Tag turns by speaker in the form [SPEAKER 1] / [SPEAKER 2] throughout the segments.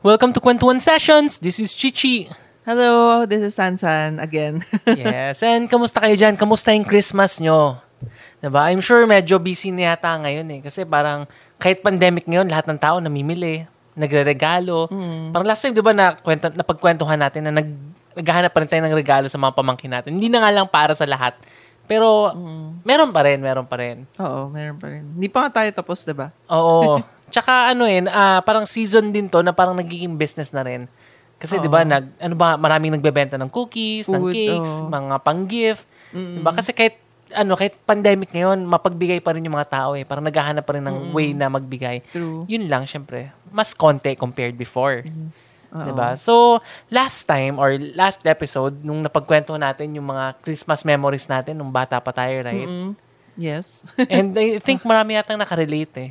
[SPEAKER 1] Welcome to Kwentuhan Sessions. This is Chichi.
[SPEAKER 2] Hello, this is Sansan again.
[SPEAKER 1] Yes, and kamusta kayo dyan? Kamusta yung Christmas nyo? 'Di ba? I'm sure medyo busy na yata ngayon eh. Kasi parang kahit pandemic ngayon, lahat ng tao namimili, nagre-regalo. Parang last time, di ba, na, kwento, napagkwentuhan natin na nag, naghahanap pa rin tayo ng regalo sa mga pamangkin natin. Hindi na nga lang para sa lahat. Pero meron pa rin, meron pa rin.
[SPEAKER 2] Oo, meron pa rin. Hindi pa nga tayo tapos, diba? di ba?
[SPEAKER 1] Oo. Tsaka ano eh, ah, parang season din to na parang nagiging business na rin. Kasi 'di ba, nag ano ba, maraming nagbebenta ng cookies, ng
[SPEAKER 2] Food,
[SPEAKER 1] cakes,
[SPEAKER 2] oo.
[SPEAKER 1] mga pang-gift. 'Di ba? Kasi kahit ano, kahit pandemic ngayon, mapagbigay pa rin yung mga tao eh. Parang naghahanap pa rin ng way na magbigay.
[SPEAKER 2] True.
[SPEAKER 1] Yun lang, syempre. Mas konti compared before.
[SPEAKER 2] Oo.
[SPEAKER 1] 'Di ba? So, last time or last episode nung napagkwento natin yung mga Christmas memories natin nung bata pa tayo, right?
[SPEAKER 2] Mm, yes.
[SPEAKER 1] And I think marami yatang nakarelate eh.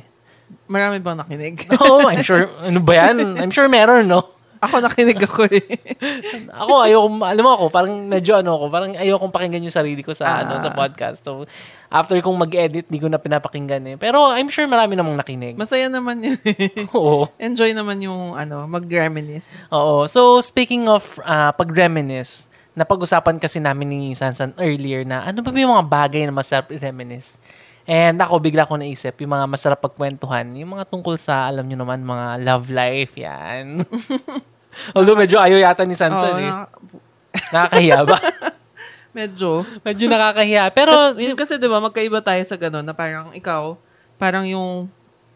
[SPEAKER 2] Marami bang nakinig?
[SPEAKER 1] Oo, I'm sure. Ano ba yan? I'm sure meron, no?
[SPEAKER 2] ako nakinig ako eh.
[SPEAKER 1] Ako, ayoko, alam mo ako, parang medyo ano ako, parang ayokong pakinggan yung sarili ko sa, ano, sa podcast. So, after kong mag-edit, di ko na pinapakinggan eh. Pero I'm sure marami namang nakinig.
[SPEAKER 2] Masaya naman yun eh.
[SPEAKER 1] Oo.
[SPEAKER 2] Enjoy naman yung ano, mag-reminisce.
[SPEAKER 1] Oo. So, speaking of ah, pag-reminisce, napag-usapan kasi namin ni Sansan earlier na ano ba ba yung mga bagay na masarap i-reminisce? And ako, bigla ko naisip, yung mga masarap pagkwentuhan, yung mga tungkol sa, alam nyo naman, mga love life, yan. Although medyo ayaw yata ni Sansan
[SPEAKER 2] Oo,
[SPEAKER 1] eh.
[SPEAKER 2] na-
[SPEAKER 1] Nakakahiya ba?
[SPEAKER 2] medyo.
[SPEAKER 1] Medyo nakakahiya. Pero,
[SPEAKER 2] Yun kasi di ba, magkaiba tayo sa gano'n na parang ikaw, parang yung,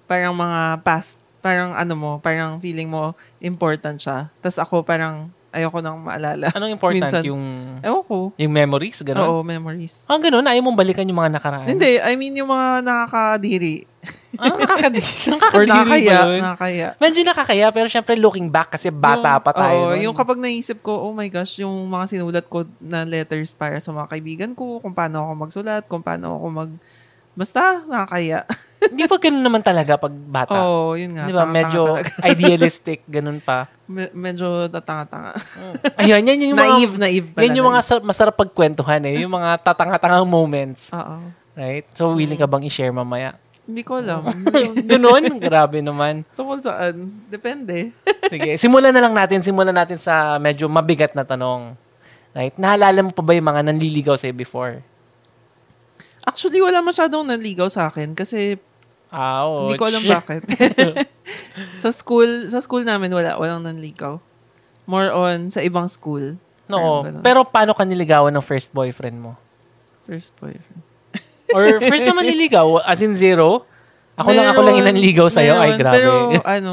[SPEAKER 2] parang mga past, parang ano mo, parang feeling mo important siya. Tapos ako parang ayoko nang maalala.
[SPEAKER 1] anong important?
[SPEAKER 2] Minsan-
[SPEAKER 1] Yung,
[SPEAKER 2] Ewan ko.
[SPEAKER 1] yung memories? Ganun? Oo.
[SPEAKER 2] Oo, memories.
[SPEAKER 1] Ah, ganun? Ayaw mong balikan yung mga nakaraan?
[SPEAKER 2] Hindi, I mean yung mga nakakadiri.
[SPEAKER 1] Anong nakakadiri?
[SPEAKER 2] Or
[SPEAKER 1] nakakadiri
[SPEAKER 2] nakakaya.
[SPEAKER 1] ba yun?
[SPEAKER 2] Nakakaya.
[SPEAKER 1] Medyo nakakaya, pero syempre looking back kasi bata
[SPEAKER 2] Yung-
[SPEAKER 1] pa tayo.
[SPEAKER 2] oo,
[SPEAKER 1] nun.
[SPEAKER 2] yung kapag naisip ko, oh my gosh, yung mga sinulat ko na letters para sa mga kaibigan ko, kung paano ako magsulat, kung paano ako mag... Basta, nakakaya.
[SPEAKER 1] Hindi pa ganun naman talaga pag bata.
[SPEAKER 2] Oo, oh, yun nga.
[SPEAKER 1] Di ba?
[SPEAKER 2] Tanga-tanga
[SPEAKER 1] Medyo
[SPEAKER 2] talaga.
[SPEAKER 1] idealistic, ganun pa.
[SPEAKER 2] Me- medyo natanga-tanga.
[SPEAKER 1] Ayun, yan, yan yung mga...
[SPEAKER 2] naive, naive pala.
[SPEAKER 1] Yan yung mga sarap, masarap pagkwentuhan eh. Yung mga tatanga-tangang moments.
[SPEAKER 2] Oo.
[SPEAKER 1] Right? So, willing ka bang i-share mamaya?
[SPEAKER 2] Hindi ko alam.
[SPEAKER 1] Ganun? Grabe naman.
[SPEAKER 2] Tungkol saan? Depende.
[SPEAKER 1] Sige, simulan na lang natin. Simulan natin sa medyo mabigat na tanong. Right? Nahalala mo pa ba yung mga nanliligaw sa'yo before?
[SPEAKER 2] Actually, wala masyadong nanligaw sa akin kasi
[SPEAKER 1] Ah, oo.
[SPEAKER 2] Hindi ko alam
[SPEAKER 1] Shit.
[SPEAKER 2] bakit. sa school, sa school namin wala, walang nanligaw. More on sa ibang school.
[SPEAKER 1] No,
[SPEAKER 2] Parang ganun.
[SPEAKER 1] pero paano ka niligawan ng first boyfriend mo?
[SPEAKER 2] First boyfriend.
[SPEAKER 1] Or first naman niligaw, as in zero? Ako lang, ako lang
[SPEAKER 2] Meron-
[SPEAKER 1] inanligaw sa'yo. Ay,
[SPEAKER 2] meron,
[SPEAKER 1] grabe.
[SPEAKER 2] Pero ano,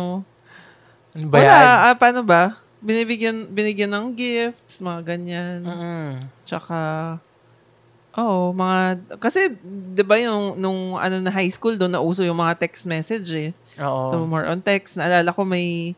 [SPEAKER 1] ano ba
[SPEAKER 2] wala,
[SPEAKER 1] yan?
[SPEAKER 2] ah, paano ba? Binibigyan, binigyan ng gifts, mga ganyan.
[SPEAKER 1] Mm-mm.
[SPEAKER 2] Tsaka, oo, mga, kasi, di ba yung, nung ano na high school, doon nauso yung mga text message eh.
[SPEAKER 1] Oo.
[SPEAKER 2] So, more on text. Naalala ko may,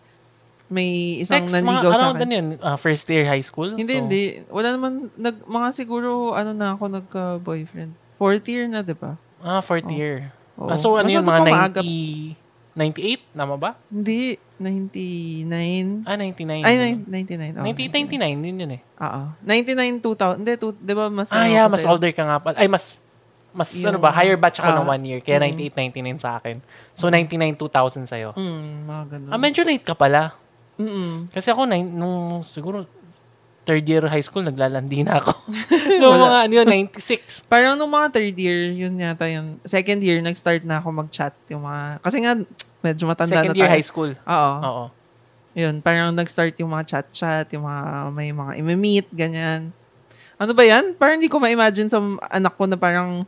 [SPEAKER 2] may isang
[SPEAKER 1] Text,
[SPEAKER 2] nanligaw
[SPEAKER 1] mga,
[SPEAKER 2] sa
[SPEAKER 1] ano,
[SPEAKER 2] akin.
[SPEAKER 1] ganun yun? Ah, first year high school?
[SPEAKER 2] Hindi,
[SPEAKER 1] So,
[SPEAKER 2] hindi. Wala naman, nag, mga siguro, ano na ako, nagka-boyfriend. Fourth year na, di ba?
[SPEAKER 1] Ah, fourth year.
[SPEAKER 2] Oo.
[SPEAKER 1] Ah, so, ano yun?
[SPEAKER 2] Oh.
[SPEAKER 1] Mga
[SPEAKER 2] Masyado pa maaga.
[SPEAKER 1] 90, 98? Tama ba?
[SPEAKER 2] Hindi, 99.
[SPEAKER 1] Ah, 99.
[SPEAKER 2] Ay, nine- 99. Oh,
[SPEAKER 1] 98, 99. Yun yun eh.
[SPEAKER 2] Oo. 99, 2000. Hindi, two- di ba, mas,
[SPEAKER 1] Ah,
[SPEAKER 2] ano
[SPEAKER 1] yeah,
[SPEAKER 2] ako
[SPEAKER 1] mas
[SPEAKER 2] sa'yo?
[SPEAKER 1] older ka nga pala. Ay, mas, mas ano
[SPEAKER 2] Yung-
[SPEAKER 1] ba, higher batch ako
[SPEAKER 2] ah,
[SPEAKER 1] ng one year. Kaya 98, 99 sa akin. So, 99, 2000 sa'yo.
[SPEAKER 2] Mm, mga ganun.
[SPEAKER 1] Ah, medyo late ka pala.
[SPEAKER 2] Mm-mm.
[SPEAKER 1] Kasi ako, nine, nung siguro third year high school, naglalandi na ako. so, mga ano yun, 96.
[SPEAKER 2] Parang nung mga third year, yun yata yun. Second year, nag-start na ako mag-chat. Yung mga, kasi nga, medyo matanda na
[SPEAKER 1] Second year
[SPEAKER 2] tayo. Ah.
[SPEAKER 1] high school. Ah,
[SPEAKER 2] Oo.
[SPEAKER 1] Oo.
[SPEAKER 2] Yun, parang nag-start yung mga chat-chat, yung mga, may mga imi-meet, ganyan. Ano ba yan? Parang hindi ko ma-imagine sa m- anak ko na parang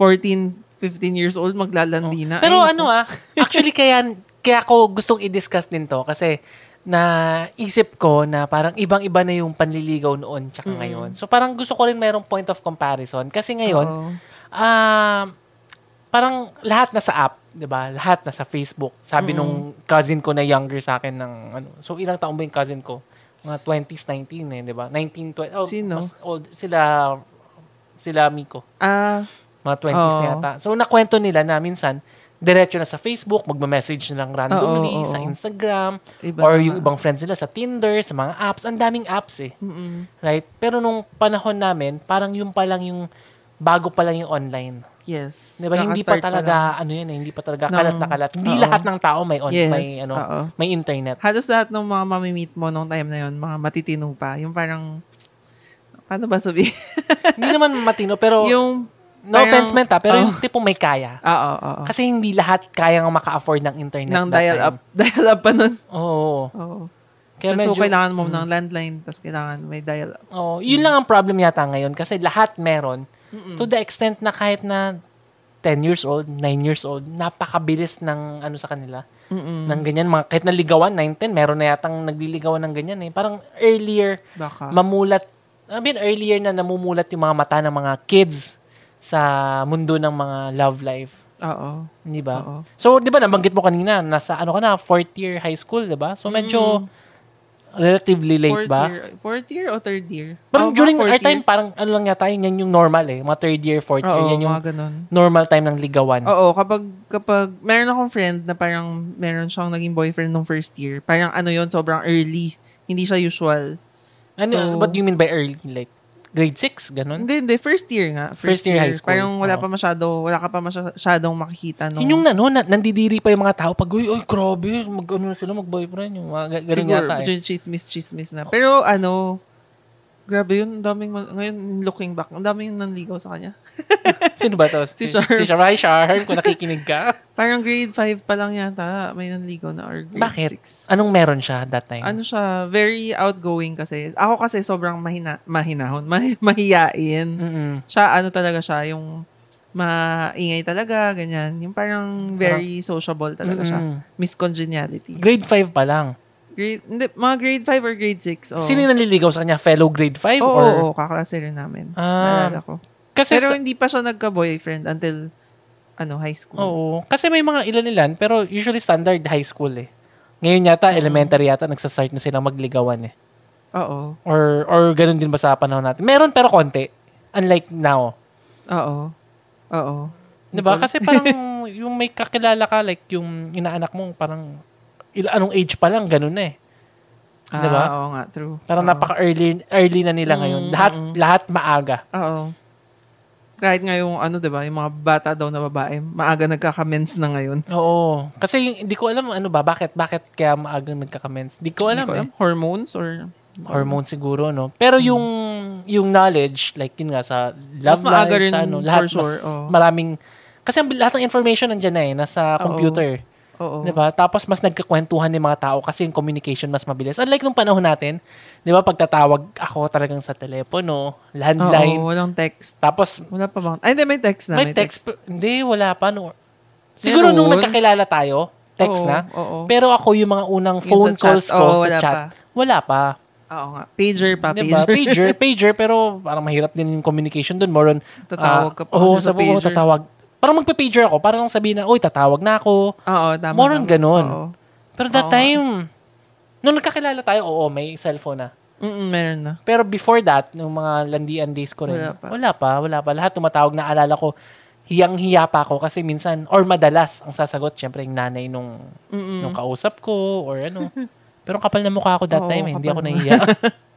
[SPEAKER 2] 14, 15 years old, maglalandi na.
[SPEAKER 1] Pero
[SPEAKER 2] Ay,
[SPEAKER 1] ano ah, actually kaya, kaya ako gustong i-discuss din to kasi na isip ko na parang ibang-iba na yung panliligaw noon tsaka ngayon. So parang gusto ko rin mayroong point of comparison kasi ngayon,
[SPEAKER 2] oo.
[SPEAKER 1] Ah, parang lahat na sa app, 'di ba? Lahat na sa Facebook. Sabi nung cousin ko na younger sa akin ng ano. So ilang taon ba yung cousin ko? Mga 20s, 19 eh, 'di ba? 19, 20. Oh,
[SPEAKER 2] Sino?
[SPEAKER 1] Mas old sila sila Miko.
[SPEAKER 2] Ah,
[SPEAKER 1] Mga 20s na
[SPEAKER 2] Oo.
[SPEAKER 1] yata. So nakwento nila na minsan diretso na sa Facebook, magme-message na lang randomly
[SPEAKER 2] Oo, oo, oo.
[SPEAKER 1] sa Instagram
[SPEAKER 2] Iba
[SPEAKER 1] or
[SPEAKER 2] na
[SPEAKER 1] yung
[SPEAKER 2] nga.
[SPEAKER 1] ibang friends nila sa Tinder, sa mga apps. Ang daming apps eh.
[SPEAKER 2] mm
[SPEAKER 1] Right? Pero nung panahon namin, parang yung pa lang yung bago pa lang yung online.
[SPEAKER 2] Yes.
[SPEAKER 1] Di ba? Hindi pa
[SPEAKER 2] Kakastart lang.
[SPEAKER 1] talaga, ano yun eh, hindi pa talaga
[SPEAKER 2] Ng-
[SPEAKER 1] kalat na kalat. Hindi
[SPEAKER 2] Oo.
[SPEAKER 1] lahat ng tao may on,
[SPEAKER 2] Yes,
[SPEAKER 1] may, ano,
[SPEAKER 2] oo.
[SPEAKER 1] may internet.
[SPEAKER 2] Halos lahat ng mga mamimit mo nung time na yun, mga matitino pa. Yung parang, paano ba sabihin?
[SPEAKER 1] hindi naman matino, pero no
[SPEAKER 2] yung, parang-
[SPEAKER 1] offense meant ha, pero yung
[SPEAKER 2] Oo.
[SPEAKER 1] tipong may kaya.
[SPEAKER 2] ah, oo, oo.
[SPEAKER 1] Kasi hindi lahat kaya nga maka-afford ng internet.
[SPEAKER 2] Nang
[SPEAKER 1] that
[SPEAKER 2] dial-up.
[SPEAKER 1] time.
[SPEAKER 2] Dial-up pa nun.
[SPEAKER 1] Oo. Oh,
[SPEAKER 2] Oo. Tapos so, kailangan mo
[SPEAKER 1] Mm.
[SPEAKER 2] ng landline, tapos kailangan may dial-up.
[SPEAKER 1] Oh, yun lang ang problem yata ngayon kasi lahat meron to the extent na kahit na 10 years old, 9 years old, napakabilis ng ano sa kanila.
[SPEAKER 2] Mm-mm.
[SPEAKER 1] Ng ganyan, mga, kahit na ligawan, 9, 10, meron na yatang nagliligawan ng ganyan eh. Parang earlier,
[SPEAKER 2] Baka.
[SPEAKER 1] mamulat, I mean earlier na namumulat yung mga mata ng mga kids sa mundo ng mga love life.
[SPEAKER 2] oo.
[SPEAKER 1] Di ba?
[SPEAKER 2] Oo.
[SPEAKER 1] So, di ba, nabanggit mo kanina, nasa ano ka na, fourth year high school, di ba? So, medyo relatively late
[SPEAKER 2] Mm. Fourth
[SPEAKER 1] ba?
[SPEAKER 2] year, fourth year o third year?
[SPEAKER 1] Parang
[SPEAKER 2] Oo, Oh, mga
[SPEAKER 1] during
[SPEAKER 2] fourth
[SPEAKER 1] our time,
[SPEAKER 2] year.
[SPEAKER 1] parang ano lang yata yun, yan yung normal eh. Mga third year, fourth year,
[SPEAKER 2] Oo,
[SPEAKER 1] yan yung
[SPEAKER 2] mga Oh, ganun.
[SPEAKER 1] normal time ng ligawan.
[SPEAKER 2] Oo, kapag, kapag, meron akong friend na parang meron siyang naging boyfriend nung first year. Parang ano yon sobrang early. Hindi siya usual.
[SPEAKER 1] ano,
[SPEAKER 2] so-
[SPEAKER 1] what do you mean by early? Like, grade 6, ganun?
[SPEAKER 2] Hindi, hindi. First year nga.
[SPEAKER 1] First year high school.
[SPEAKER 2] Parang wala
[SPEAKER 1] Oo.
[SPEAKER 2] pa masyado, wala ka pa masyadong makikita nung...
[SPEAKER 1] Yun yung ano, na, nandidiri pa yung mga tao pag, uy, uy, grabe, mag, ano na sila, mag-boyfriend, yung mga ga- ganun
[SPEAKER 2] siguro,
[SPEAKER 1] yata eh.
[SPEAKER 2] medyo chismis, chismis na. Pero ano, grabe yun. Ang daming, ma- ngayon, looking back, ang daming nanligaw sa kanya.
[SPEAKER 1] Sino ba to?
[SPEAKER 2] Si Charm.
[SPEAKER 1] Si Charm. Hi, Charm, kung nakikinig ka.
[SPEAKER 2] Parang grade 5 pa lang yata, may nanligaw na or grade
[SPEAKER 1] Bakit?
[SPEAKER 2] 6.
[SPEAKER 1] Anong meron siya that time?
[SPEAKER 2] Ano siya, very outgoing kasi. Ako kasi sobrang mahina, mahinahon, ma- mahiyain.
[SPEAKER 1] Mm-mm.
[SPEAKER 2] Siya, ano talaga siya, yung maingay talaga, ganyan. Yung parang very sociable talaga siya.
[SPEAKER 1] Mm-mm.
[SPEAKER 2] Miss Congeniality.
[SPEAKER 1] Grade 5 pa lang.
[SPEAKER 2] Grade, hindi, mga grade 5 or grade 6. Oh.
[SPEAKER 1] Sino yung nanliligaw sa kanya? Fellow grade 5?
[SPEAKER 2] Oo,
[SPEAKER 1] or...
[SPEAKER 2] oo, oo, kaklase rin namin.
[SPEAKER 1] Ah.
[SPEAKER 2] Naalala ko.
[SPEAKER 1] Kasi
[SPEAKER 2] Pero
[SPEAKER 1] sa-
[SPEAKER 2] hindi pa siya nagka-boyfriend until ano, high school.
[SPEAKER 1] Oo. Kasi may mga ilan ilan, pero usually standard high school eh. Ngayon yata, elementary yata, nagsastart na silang magligawan eh.
[SPEAKER 2] Oo.
[SPEAKER 1] Or, or ganun din ba sa panahon natin? Meron pero konti. Unlike now.
[SPEAKER 2] Oo. Oo.
[SPEAKER 1] Diba?
[SPEAKER 2] Nicole?
[SPEAKER 1] Kasi parang yung may kakilala ka, like yung inaanak mo, parang il- anong age pa lang, ganun na eh.
[SPEAKER 2] Ah,
[SPEAKER 1] Diba?
[SPEAKER 2] Oo nga, true.
[SPEAKER 1] Parang
[SPEAKER 2] Oo.
[SPEAKER 1] napaka-early early na nila ngayon.
[SPEAKER 2] Mm,
[SPEAKER 1] Lahat,
[SPEAKER 2] mm.
[SPEAKER 1] lahat maaga.
[SPEAKER 2] Oo. Kahit nga yung ano, 'di ba, yung mga bata daw na babae, maaga nagka-commence na ngayon.
[SPEAKER 1] Oo. Kasi yung- hindi ko alam ano ba, bakit, bakit kaya maaga nagka-commence. Hindi ko alam
[SPEAKER 2] Hindi ko Mm.
[SPEAKER 1] eh.
[SPEAKER 2] Hormones or
[SPEAKER 1] hormone siguro no pero yung yung knowledge like yun nga sa love
[SPEAKER 2] Mas maaga
[SPEAKER 1] life
[SPEAKER 2] rin,
[SPEAKER 1] sa ano lahat
[SPEAKER 2] for sure,
[SPEAKER 1] mas
[SPEAKER 2] oo. Ah,
[SPEAKER 1] maraming kasi ang lahat ng information nandiyan na eh nasa
[SPEAKER 2] Oo.
[SPEAKER 1] computer
[SPEAKER 2] Oo.
[SPEAKER 1] 'di ba tapos mas nagkakwentuhan ng mga tao kasi yung communication mas mabilis unlike nung panahon natin 'di ba pagtatawag ako talagang sa telepono landline
[SPEAKER 2] Oo, walang text.
[SPEAKER 1] tapos
[SPEAKER 2] Wala pa bang? Ay, hindi, may text na.
[SPEAKER 1] may text, pa- hindi wala pa no siguro nung
[SPEAKER 2] Meron.
[SPEAKER 1] nagkakilala tayo text
[SPEAKER 2] Oo,
[SPEAKER 1] na
[SPEAKER 2] Oo.
[SPEAKER 1] Pero ako yung mga unang
[SPEAKER 2] Yung
[SPEAKER 1] phone
[SPEAKER 2] sa chat,
[SPEAKER 1] calls ko
[SPEAKER 2] oo,
[SPEAKER 1] sa
[SPEAKER 2] wala
[SPEAKER 1] chat,
[SPEAKER 2] pa.
[SPEAKER 1] wala pa.
[SPEAKER 2] Oo nga. Pager pa,
[SPEAKER 1] Diba?
[SPEAKER 2] pager.
[SPEAKER 1] Pager, pager, pero parang mahirap din yung communication doon. More on,
[SPEAKER 2] Tatawag
[SPEAKER 1] ah,
[SPEAKER 2] ka pa kasi
[SPEAKER 1] oo,
[SPEAKER 2] sa
[SPEAKER 1] sabi ko,
[SPEAKER 2] pager.
[SPEAKER 1] tatawag. Parang magpa-pager ako, parang sabihin na, oy, tatawag na ako.
[SPEAKER 2] Oo, tama.
[SPEAKER 1] More on
[SPEAKER 2] tama.
[SPEAKER 1] ganun.
[SPEAKER 2] Oo.
[SPEAKER 1] Pero that
[SPEAKER 2] Oo nga.
[SPEAKER 1] time, nung nagkakilala tayo, oo, may cellphone na.
[SPEAKER 2] Mm-mm, meron na.
[SPEAKER 1] Pero before that, nung mga landian days ko rin, wala
[SPEAKER 2] Wala
[SPEAKER 1] pa,
[SPEAKER 2] pa.
[SPEAKER 1] wala pa. Lahat tumatawag na alala ko, hiyang-hiya pa ako kasi minsan, or madalas, ang sasagot, syempre, yung nanay nung,
[SPEAKER 2] Mm-mm.
[SPEAKER 1] nung kausap ko, or ano. Pero ang kapal na mukha ako that
[SPEAKER 2] Oo,
[SPEAKER 1] time, eh. hindi ako
[SPEAKER 2] kapal
[SPEAKER 1] nahiya.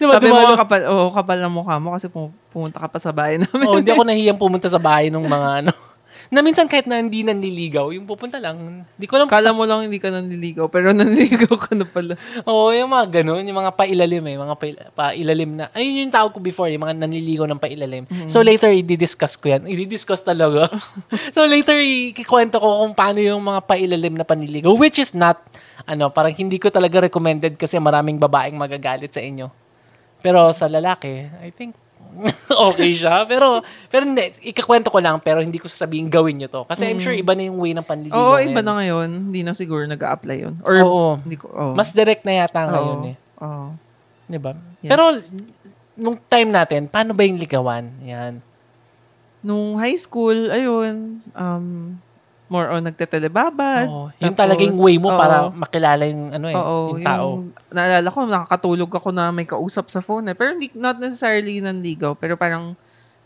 [SPEAKER 1] diba,
[SPEAKER 2] Sabi mo
[SPEAKER 1] dumalo-
[SPEAKER 2] nga kapal, oo, kapal ng mukha mo kasi pum- pumunta ka pa sa bahay namin.
[SPEAKER 1] Oh, hindi ako nahiyang pumunta sa bahay ng mga ano. Na minsan kahit na hindi nanliligaw, yung pupunta lang. Hindi ko alam.
[SPEAKER 2] Kala mo lang hindi ka nanliligaw, pero nanliligaw ka na pala.
[SPEAKER 1] Oo, yung mga ganun, yung mga pailalim eh, mga pail- pailalim na. Ayun yung tawag ko before, yung mga nanliligaw ng pailalim.
[SPEAKER 2] Mm-hmm.
[SPEAKER 1] So later, i-discuss ko yan. I-discuss talaga. so later, ikikwento ko kung paano yung mga pailalim na panliligaw, which is not, ano, parang hindi ko talaga recommended kasi maraming babaeng magagalit sa inyo. Pero sa lalaki, I think okay siya. Pero, pero hindi, ikakwento ko lang, pero hindi ko sasabihin gawin nyo to. Kasi I'm sure iba na yung way ng panliligaw.
[SPEAKER 2] Mm-hmm. Oo,
[SPEAKER 1] ngayon.
[SPEAKER 2] iba na ngayon. Hindi na siguro nag-a-apply yun. Or,
[SPEAKER 1] Oo.
[SPEAKER 2] hindi ko, oo.
[SPEAKER 1] Mas direct na yata
[SPEAKER 2] Oo.
[SPEAKER 1] ngayon eh.
[SPEAKER 2] Oo.
[SPEAKER 1] Di ba?
[SPEAKER 2] Yes.
[SPEAKER 1] Pero, nung time natin, paano ba yung ligawan? Yan.
[SPEAKER 2] Nung high school, ayun, um, more on nagtetelebabad.
[SPEAKER 1] Oo. Yung
[SPEAKER 2] Ah, Tapos,
[SPEAKER 1] talagang way mo
[SPEAKER 2] oo.
[SPEAKER 1] para makilala yung ano eh,
[SPEAKER 2] Oo,
[SPEAKER 1] yung tao.
[SPEAKER 2] yung- naalala ko, nakakatulog ako na may kausap sa phone eh. Pero hindi, not necessarily nanligaw, pero parang,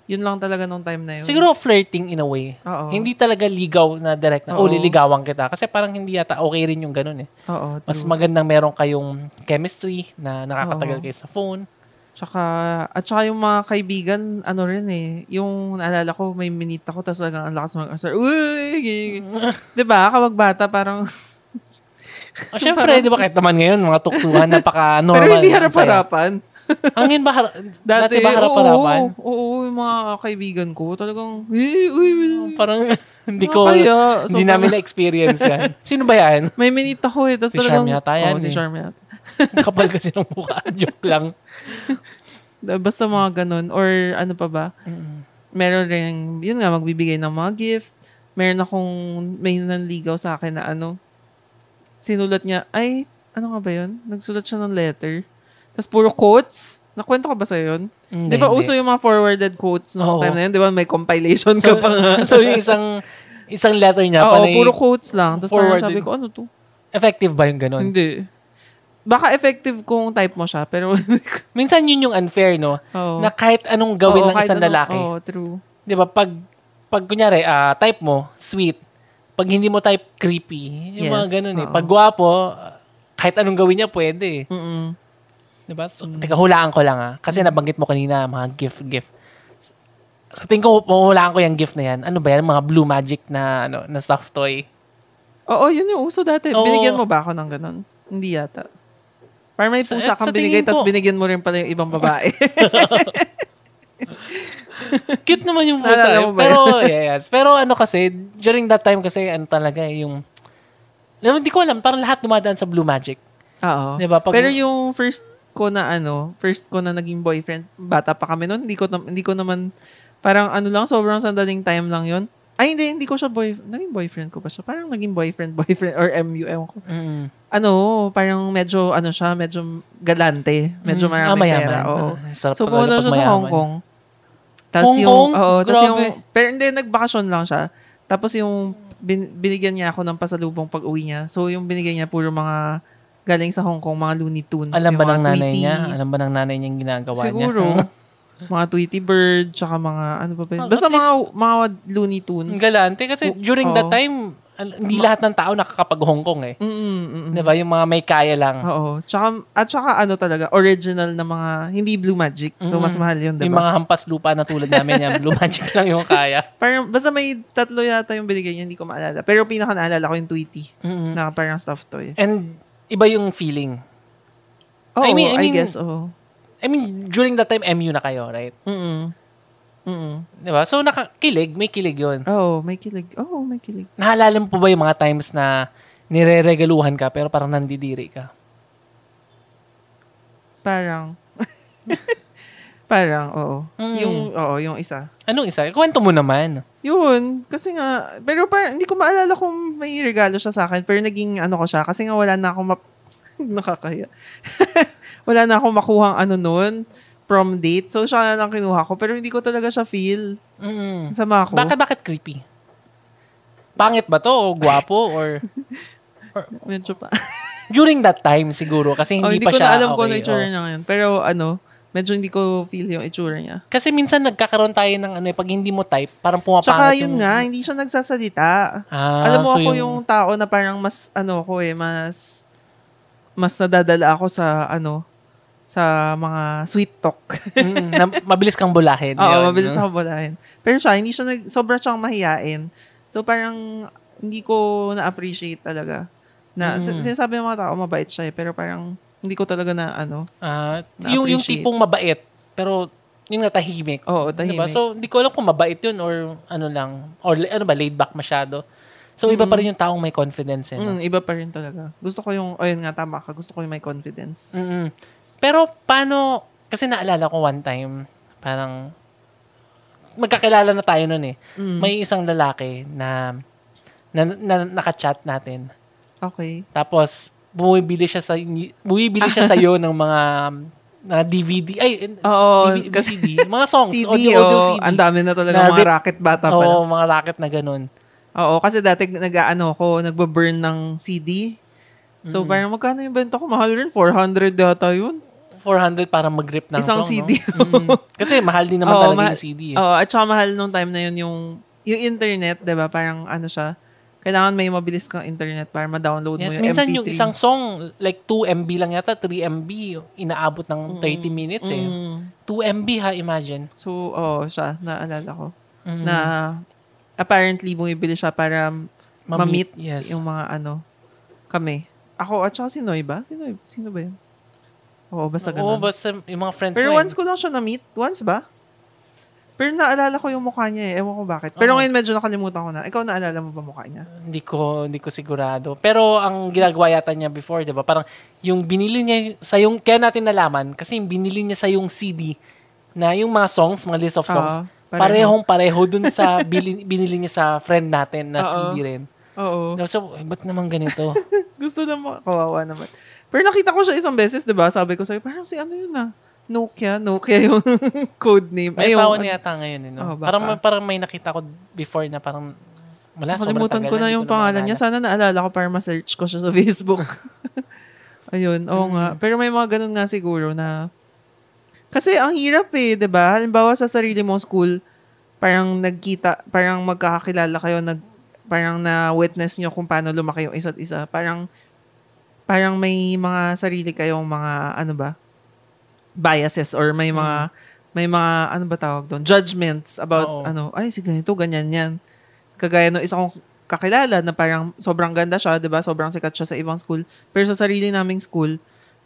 [SPEAKER 2] yun lang talaga nung time na yun.
[SPEAKER 1] Siguro flirting in a way.
[SPEAKER 2] Oo.
[SPEAKER 1] Hindi talaga ligaw na direct na, oh,
[SPEAKER 2] Oo.
[SPEAKER 1] liligawan kita. Kasi parang hindi yata okay rin yung ganun eh.
[SPEAKER 2] Oo,
[SPEAKER 1] Mas
[SPEAKER 2] true.
[SPEAKER 1] magandang meron kayong chemistry na nakakatagal
[SPEAKER 2] Mm. Oo.
[SPEAKER 1] kayo sa phone.
[SPEAKER 2] Tsaka, at saka yung mga kaibigan, ano rin eh, yung naalala ko, may minute ako, tapos talagang ang lakas mag-asar, uy, ganyan, ganyan." diba, kapag bata, parang,
[SPEAKER 1] O, Ah, syempre, di ba kahit naman ngayon, mga tuktuhan, napaka-normal.
[SPEAKER 2] pero hindi
[SPEAKER 1] ang saya.
[SPEAKER 2] harap-harapan.
[SPEAKER 1] Hangin ba, har- dati, ba harap-harapan?
[SPEAKER 2] Oo, oo, yung mga kaibigan ko, talagang, uy, uy,
[SPEAKER 1] Parang, hindi ko, hindi
[SPEAKER 2] Nakakaya. Sobrang-
[SPEAKER 1] namin na-experience yan. Sino ba yan?
[SPEAKER 2] may minute ako eh,
[SPEAKER 1] Si
[SPEAKER 2] tapos talagang,
[SPEAKER 1] Charm yata yan
[SPEAKER 2] Oo, si
[SPEAKER 1] eh.
[SPEAKER 2] Charm yata.
[SPEAKER 1] Ang Kapal kasi ng mukha. Joke lang.
[SPEAKER 2] Basta mga ganun, or ano pa ba, meron rin, yun nga, magbibigay ng mga gift. Meron akong, may nanligaw sa akin na ano, sinulat niya, ay, ano nga ba yun? Nagsulat siya ng letter. Tapos puro quotes. Nakwento ko ba sa'yo yun?
[SPEAKER 1] Hindi,
[SPEAKER 2] Di ba
[SPEAKER 1] hindi.
[SPEAKER 2] uso yung mga forwarded quotes
[SPEAKER 1] Oo.
[SPEAKER 2] noong time na yun? Di ba may compilation
[SPEAKER 1] so,
[SPEAKER 2] ka pa nga?
[SPEAKER 1] so, yung isang, isang letter niya,
[SPEAKER 2] Oo,
[SPEAKER 1] panay-
[SPEAKER 2] puro quotes lang. Tapos parang
[SPEAKER 1] forwarded.
[SPEAKER 2] sabi ko, ano to?
[SPEAKER 1] effective ba yung ganun?
[SPEAKER 2] Hindi. Baka effective kung type mo siya, pero...
[SPEAKER 1] Minsan yun yung unfair, no?
[SPEAKER 2] Oo.
[SPEAKER 1] Na kahit anong gawin
[SPEAKER 2] Oo,
[SPEAKER 1] ng
[SPEAKER 2] kahit
[SPEAKER 1] isang
[SPEAKER 2] ano-
[SPEAKER 1] lalaki.
[SPEAKER 2] Oo, true.
[SPEAKER 1] Di ba? Pag, pag kunyari, ah, type mo, sweet. Pag hindi mo type, creepy. Yung mga
[SPEAKER 2] Yes,
[SPEAKER 1] ganun eh.
[SPEAKER 2] oo.
[SPEAKER 1] Pag gwapo, kahit anong gawin niya, pwede eh.
[SPEAKER 2] Mm-mm.
[SPEAKER 1] Di ba? So,
[SPEAKER 2] Mm.
[SPEAKER 1] Teka, hulaan ko lang ah. Kasi nabanggit mo kanina, mga gift, gift. Sa tingin ko, mahulaan ko yung gift na yan. Ano ba yan? Mga blue magic na, ano, na stuffed toy.
[SPEAKER 2] Oo, yun yung uso dati.
[SPEAKER 1] Oo.
[SPEAKER 2] Binigyan mo ba ako ng ganun? Hindi yata. Parang may
[SPEAKER 1] Sa-
[SPEAKER 2] pusa
[SPEAKER 1] sa
[SPEAKER 2] kang
[SPEAKER 1] tingin
[SPEAKER 2] binigay,
[SPEAKER 1] ko-
[SPEAKER 2] tapos binigyan mo rin pala yung ibang babae.
[SPEAKER 1] Cute naman yung pusa.
[SPEAKER 2] Naalala
[SPEAKER 1] eh.
[SPEAKER 2] mo ba
[SPEAKER 1] Pero, yes. Pero ano kasi, during that time kasi, ano talaga, eh, yung... Alam, mo, hindi ko alam, parang lahat dumadaan sa blue magic.
[SPEAKER 2] Oo.
[SPEAKER 1] Diba, pag-
[SPEAKER 2] Pero yung first ko na ano, first ko na naging boyfriend, bata pa kami noon, hindi ko, na- hindi ko naman, parang ano lang, sobrang sandaling time lang yun. Ay, hindi, hindi ko siya boy, naging boyfriend ko ba siya? Parang naging boyfriend, boyfriend, or MUM ko.
[SPEAKER 1] Mm.
[SPEAKER 2] Ano, parang medyo, ano siya, medyo galante. Medyo marami
[SPEAKER 1] Ah, mayaman.
[SPEAKER 2] pera. Oo.
[SPEAKER 1] Ah, sarap
[SPEAKER 2] So,
[SPEAKER 1] talaga
[SPEAKER 2] pumunta
[SPEAKER 1] pag
[SPEAKER 2] siya sa
[SPEAKER 1] mayaman.
[SPEAKER 2] Hong Kong. Tapos
[SPEAKER 1] Hong
[SPEAKER 2] yung,
[SPEAKER 1] Kong?
[SPEAKER 2] Oo, tas
[SPEAKER 1] Grabe.
[SPEAKER 2] yung, pero hindi, nagbakasyon lang siya. Tapos yung, bin- binigyan niya ako ng pasalubong pag-uwi niya. So, yung binigyan niya, puro mga, galing sa Hong Kong, mga Looney Tunes.
[SPEAKER 1] Alam
[SPEAKER 2] yung
[SPEAKER 1] ba
[SPEAKER 2] mga
[SPEAKER 1] ng nanay
[SPEAKER 2] Tweety.
[SPEAKER 1] niya? Alam ba ng nanay niya yung ginagawa niya?
[SPEAKER 2] Siguro. mga Tweety Bird, tsaka mga, ano pa ba yun?
[SPEAKER 1] Well, Ah,
[SPEAKER 2] Basta
[SPEAKER 1] at least-
[SPEAKER 2] mga, mga Looney Tunes.
[SPEAKER 1] Ang galante kasi
[SPEAKER 2] Oo.
[SPEAKER 1] during that time, al- hindi lahat ng tao nakakapag-Hong Kong eh.
[SPEAKER 2] Mm-mm, mm-mm.
[SPEAKER 1] 'Di ba? Yung mga may kaya lang.
[SPEAKER 2] Oo. Tsaka, at tsaka ano talaga, original na mga, hindi Blue Magic. So, mas mahal yun, diba?
[SPEAKER 1] Yung mga hampas lupa na tulad namin yan, Blue Magic lang yung kaya.
[SPEAKER 2] Parang, basta may tatlo yata yung binigay niya, hindi ko maalala. Pero pinaka naalala ko yung Tweety.
[SPEAKER 1] Mm-mm.
[SPEAKER 2] Na parang stuffed toy.
[SPEAKER 1] And iba yung feeling.
[SPEAKER 2] Oh,
[SPEAKER 1] I
[SPEAKER 2] I
[SPEAKER 1] mean-
[SPEAKER 2] mean,
[SPEAKER 1] I
[SPEAKER 2] I,
[SPEAKER 1] mean-
[SPEAKER 2] guess, oh.
[SPEAKER 1] I mean, during that time, MU na kayo, right?
[SPEAKER 2] Mm-mm. Mm-mm.
[SPEAKER 1] 'Di ba? So, nakakilig, may kilig yun.
[SPEAKER 2] Oh, may kilig. Oh, may kilig.
[SPEAKER 1] Nahalala mo pa ba yung mga times na nire-regaluhan ka pero parang nandidiri ka?
[SPEAKER 2] Parang, parang, oo.
[SPEAKER 1] Mm.
[SPEAKER 2] Yung, oo, yung isa.
[SPEAKER 1] Anong isa? Kwento mo naman.
[SPEAKER 2] Yun, kasi nga, pero parang, hindi ko maalala kung may regalo siya sa akin, pero naging ano ko siya, kasi nga wala na akong map- nakakaya. wala na akong makuhang ano nun, prom date. So, siya na lang kinuha ko, pero hindi ko talaga siya feel.
[SPEAKER 1] Mm-mm.
[SPEAKER 2] Sama ako.
[SPEAKER 1] Bakit, bakit creepy? Pangit ba to? O gwapo? Or
[SPEAKER 2] Medyo pa.
[SPEAKER 1] during that time siguro kasi
[SPEAKER 2] Oh,
[SPEAKER 1] hindi,
[SPEAKER 2] hindi,
[SPEAKER 1] pa
[SPEAKER 2] ko
[SPEAKER 1] siya
[SPEAKER 2] na alam
[SPEAKER 1] okay,
[SPEAKER 2] kung ano yung itsura
[SPEAKER 1] oh.
[SPEAKER 2] niya ngayon. Pero ano, medyo hindi ko feel yung itsura niya.
[SPEAKER 1] Kasi minsan nagkakaroon tayo ng ano eh, pag hindi mo type, parang pumapangit
[SPEAKER 2] Tsaka yun nga,
[SPEAKER 1] ano.
[SPEAKER 2] hindi siya nagsasalita.
[SPEAKER 1] Ah,
[SPEAKER 2] alam mo
[SPEAKER 1] so
[SPEAKER 2] ako yung... tao na parang mas, ano ko eh, mas, mas nadadala ako sa, ano, sa mga sweet talk.
[SPEAKER 1] Mm, na, mabilis kang bulahin.
[SPEAKER 2] Oo,
[SPEAKER 1] yun.
[SPEAKER 2] mabilis ako bulahin. Pero siya, hindi siya nag, sobra siyang mahiyain. So parang, hindi ko na-appreciate talaga. Na,
[SPEAKER 1] Mm.
[SPEAKER 2] sin- sinasabi ng mga tao, mabait siya eh, pero parang, hindi ko talaga na, ano,
[SPEAKER 1] Ah, yung, yung
[SPEAKER 2] Na-appreciate.
[SPEAKER 1] tipong mabait, pero yung nga tahimik.
[SPEAKER 2] oo, tahimik.
[SPEAKER 1] Diba? So, hindi ko alam kung mabait yun or ano lang. Or ano ba, laid back masyado. So, iba pa rin yung taong may confidence. Eh, no?
[SPEAKER 2] Mm, iba pa rin talaga. Gusto ko yung, ayun nga, tama ka. Gusto ko yung may confidence.
[SPEAKER 1] mm Pero paano, kasi naalala ko one time, parang, magkakilala na tayo nun eh.
[SPEAKER 2] Mm.
[SPEAKER 1] May isang lalaki na, na, na nakachat natin.
[SPEAKER 2] Okay.
[SPEAKER 1] Tapos, bumibili siya sa, bumibili siya sa'yo ng mga, na DVD, ay,
[SPEAKER 2] Oo,
[SPEAKER 1] DVD,
[SPEAKER 2] kasi-
[SPEAKER 1] CD, mga songs,
[SPEAKER 2] CD,
[SPEAKER 1] audio,
[SPEAKER 2] oh,
[SPEAKER 1] audio CD.
[SPEAKER 2] ang dami na talaga
[SPEAKER 1] Na
[SPEAKER 2] mga
[SPEAKER 1] rip-
[SPEAKER 2] racket bata pa. lang.
[SPEAKER 1] Oo, mga racket na ganun.
[SPEAKER 2] Oo, kasi dati nag-ano ko, nagbaburn ng CD. So,
[SPEAKER 1] Mm.
[SPEAKER 2] parang magkano yung benta ko? Mahal rin, 400 data yun.
[SPEAKER 1] 400 para mag-grip ng
[SPEAKER 2] Isang
[SPEAKER 1] song,
[SPEAKER 2] CD.
[SPEAKER 1] no? Mm. Kasi mahal din naman
[SPEAKER 2] Oo,
[SPEAKER 1] talaga
[SPEAKER 2] mahal- Oh,
[SPEAKER 1] yung CD. Eh.
[SPEAKER 2] Oo, at saka mahal nung time na yun yung, yung internet, 'di ba Parang ano siya, kailangan may mabilis kang internet para ma-download
[SPEAKER 1] Yes,
[SPEAKER 2] mo yung
[SPEAKER 1] minsan
[SPEAKER 2] MP3.
[SPEAKER 1] yung isang song, like 2 MB lang yata, 3 MB, inaabot ng 30 minutes eh.
[SPEAKER 2] Mm.
[SPEAKER 1] 2 MB ha, imagine.
[SPEAKER 2] So, oo, siya. Naalala ko.
[SPEAKER 1] Mm.
[SPEAKER 2] Na apparently, bumibili siya para
[SPEAKER 1] Ma-meet,
[SPEAKER 2] ma-meet
[SPEAKER 1] yes.
[SPEAKER 2] yung mga ano, kami. Ako at saka si Noy ba? Si Noy, sino ba yun? Oo, basta
[SPEAKER 1] Oo,
[SPEAKER 2] ganun.
[SPEAKER 1] basta yung mga friends
[SPEAKER 2] Pero
[SPEAKER 1] mo. eh.
[SPEAKER 2] once ko lang siya na-meet. Once ba? Pero naalala ko yung mukha niya eh. Ewan ko bakit. Pero
[SPEAKER 1] Oo.
[SPEAKER 2] ngayon medyo nakalimutan ko na. Ikaw naalala mo ba mukha niya?
[SPEAKER 1] Hindi ko, hindi ko sigurado. Pero ang ginagawa yata niya before, di ba? Parang yung binili niya sa yung, kaya natin nalaman, kasi yung binili niya sa yung CD na yung mga songs, mga list of songs,
[SPEAKER 2] Oo, pareho.
[SPEAKER 1] parehong pareho dun sa bili- binili niya sa friend natin na
[SPEAKER 2] Oo.
[SPEAKER 1] CD rin.
[SPEAKER 2] Oo.
[SPEAKER 1] So, eh, ba't naman ganito?
[SPEAKER 2] Gusto na mo. Kawawa naman. Pero nakita ko siya isang beses, di ba? Sabi ko sa'yo, parang si ano yun ah. Nokia. Nokia yung code name.
[SPEAKER 1] May
[SPEAKER 2] Ay, yung-
[SPEAKER 1] asawa niya yata ngayon. Eh, no?
[SPEAKER 2] Oo, baka.
[SPEAKER 1] parang, may- parang may nakita ko before na parang wala, sobrang
[SPEAKER 2] Nakalimutan
[SPEAKER 1] tagal
[SPEAKER 2] ko na
[SPEAKER 1] hindi
[SPEAKER 2] yung pangalan niya.
[SPEAKER 1] maalala.
[SPEAKER 2] Sana naalala ko para ma-search ko siya sa Facebook. Ayun, oo
[SPEAKER 1] Mm.
[SPEAKER 2] nga. Pero may mga ganun nga siguro na... Kasi ang hirap eh, di ba? Halimbawa sa sarili mong school, parang nagkita, parang magkakakilala kayo, nag, parang na-witness nyo kung paano lumaki yung isa't isa. Parang, parang may mga sarili kayong mga, ano ba, biases or may mga, may mga, ano ba tawag doon? Judgments about,
[SPEAKER 1] Oo.
[SPEAKER 2] ano, ay, si ganito, ganyan yan. Kagaya nung isa kong kakilala na parang sobrang ganda siya, di ba? Sobrang sikat siya sa ibang school. Pero sa sarili naming school,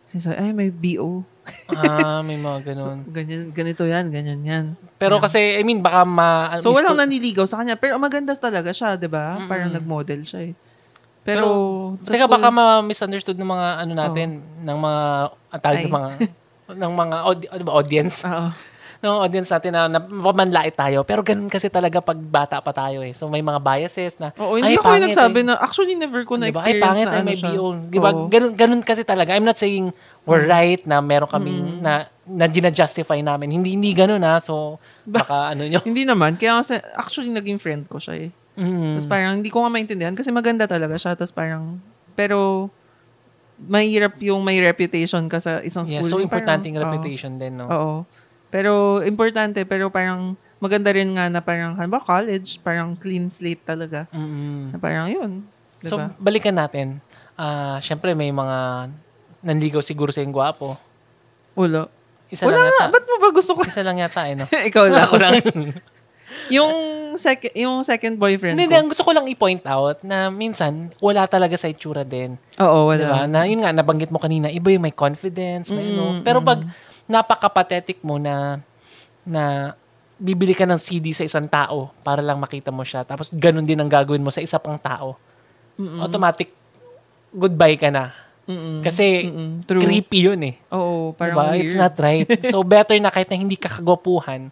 [SPEAKER 2] sinasabi, ay, may BO.
[SPEAKER 1] ah, may mga ganun.
[SPEAKER 2] Ganyan, ganito yan, ganyan yan.
[SPEAKER 1] Pero kasi, I mean, baka ma...
[SPEAKER 2] So,
[SPEAKER 1] miscon-
[SPEAKER 2] walang naniligaw sa kanya. Pero maganda talaga siya, di ba? Parang nag-model siya eh. Pero, sa
[SPEAKER 1] Teka,
[SPEAKER 2] school-
[SPEAKER 1] baka ma-misunderstood ng mga ano natin, ng mga, ang tawag ng
[SPEAKER 2] Ay.
[SPEAKER 1] mga,
[SPEAKER 2] Ah.
[SPEAKER 1] ng mga audi- ano ba, audience.
[SPEAKER 2] Oo.
[SPEAKER 1] ng audience natin na, na mapamanlait tayo. Pero ganun kasi talaga pag bata pa tayo eh. So may mga biases na,
[SPEAKER 2] Oo,
[SPEAKER 1] ay,
[SPEAKER 2] hindi ako yung
[SPEAKER 1] pangit
[SPEAKER 2] nagsabi
[SPEAKER 1] eh.
[SPEAKER 2] na, actually, never ko
[SPEAKER 1] Diba? Ay,
[SPEAKER 2] na-experience
[SPEAKER 1] pangit
[SPEAKER 2] na
[SPEAKER 1] ay
[SPEAKER 2] ano
[SPEAKER 1] may
[SPEAKER 2] siya.
[SPEAKER 1] BO. Diba?
[SPEAKER 2] Oo. Mm.
[SPEAKER 1] Ganun, ganun kasi talaga. I'm not saying we're right na meron kaming na, na gina-justify namin. Hindi, hindi ganun ha. So, baka ano nyo.
[SPEAKER 2] Hindi naman. Kaya kasi, actually, naging friend ko siya eh.
[SPEAKER 1] Mm.
[SPEAKER 2] Tapos parang, hindi ko nga maintindihan kasi maganda talaga siya. Tapos parang, pero, mahirap yung may reputation ka sa isang
[SPEAKER 1] Yeah, so
[SPEAKER 2] school. Yung
[SPEAKER 1] important yung
[SPEAKER 2] parang, oo.
[SPEAKER 1] reputation din, no?
[SPEAKER 2] Oo. Pero importante, pero parang maganda rin nga na parang, halimbawa college, parang clean slate talaga.
[SPEAKER 1] Mm-mm.
[SPEAKER 2] Na parang yun.
[SPEAKER 1] So,
[SPEAKER 2] Diba?
[SPEAKER 1] balikan natin. Ah, Siyempre, may mga nanligaw siguro sa yung gwapo.
[SPEAKER 2] Ulo.
[SPEAKER 1] Isa
[SPEAKER 2] Wala
[SPEAKER 1] lang
[SPEAKER 2] nga.
[SPEAKER 1] yata.
[SPEAKER 2] Ba't mo ba gusto ko?
[SPEAKER 1] Isa lang yata, eh, no?
[SPEAKER 2] Ikaw lang.
[SPEAKER 1] Ako lang.
[SPEAKER 2] yung, second, yung second boyfriend
[SPEAKER 1] Hindi, hindi,
[SPEAKER 2] ko.
[SPEAKER 1] ang gusto ko lang i-point out na minsan, wala talaga sa itsura din.
[SPEAKER 2] Oo,
[SPEAKER 1] Di ba? Na,
[SPEAKER 2] wala.
[SPEAKER 1] yun nga, nabanggit mo kanina, iba yung may confidence, may ano.
[SPEAKER 2] Mm,
[SPEAKER 1] Pero pag napaka-pathetic mo na, na bibili ka ng CD sa isang tao para lang makita mo siya, tapos ganun din ang gagawin mo sa isa pang tao, automatic, goodbye ka na.
[SPEAKER 2] Mm-mm.
[SPEAKER 1] Kasi,
[SPEAKER 2] Mm-mm. True.
[SPEAKER 1] creepy yun eh.
[SPEAKER 2] Oo, parang
[SPEAKER 1] Diba?
[SPEAKER 2] weird.
[SPEAKER 1] It's not right. So, better na kahit na hindi kakagwapuhan,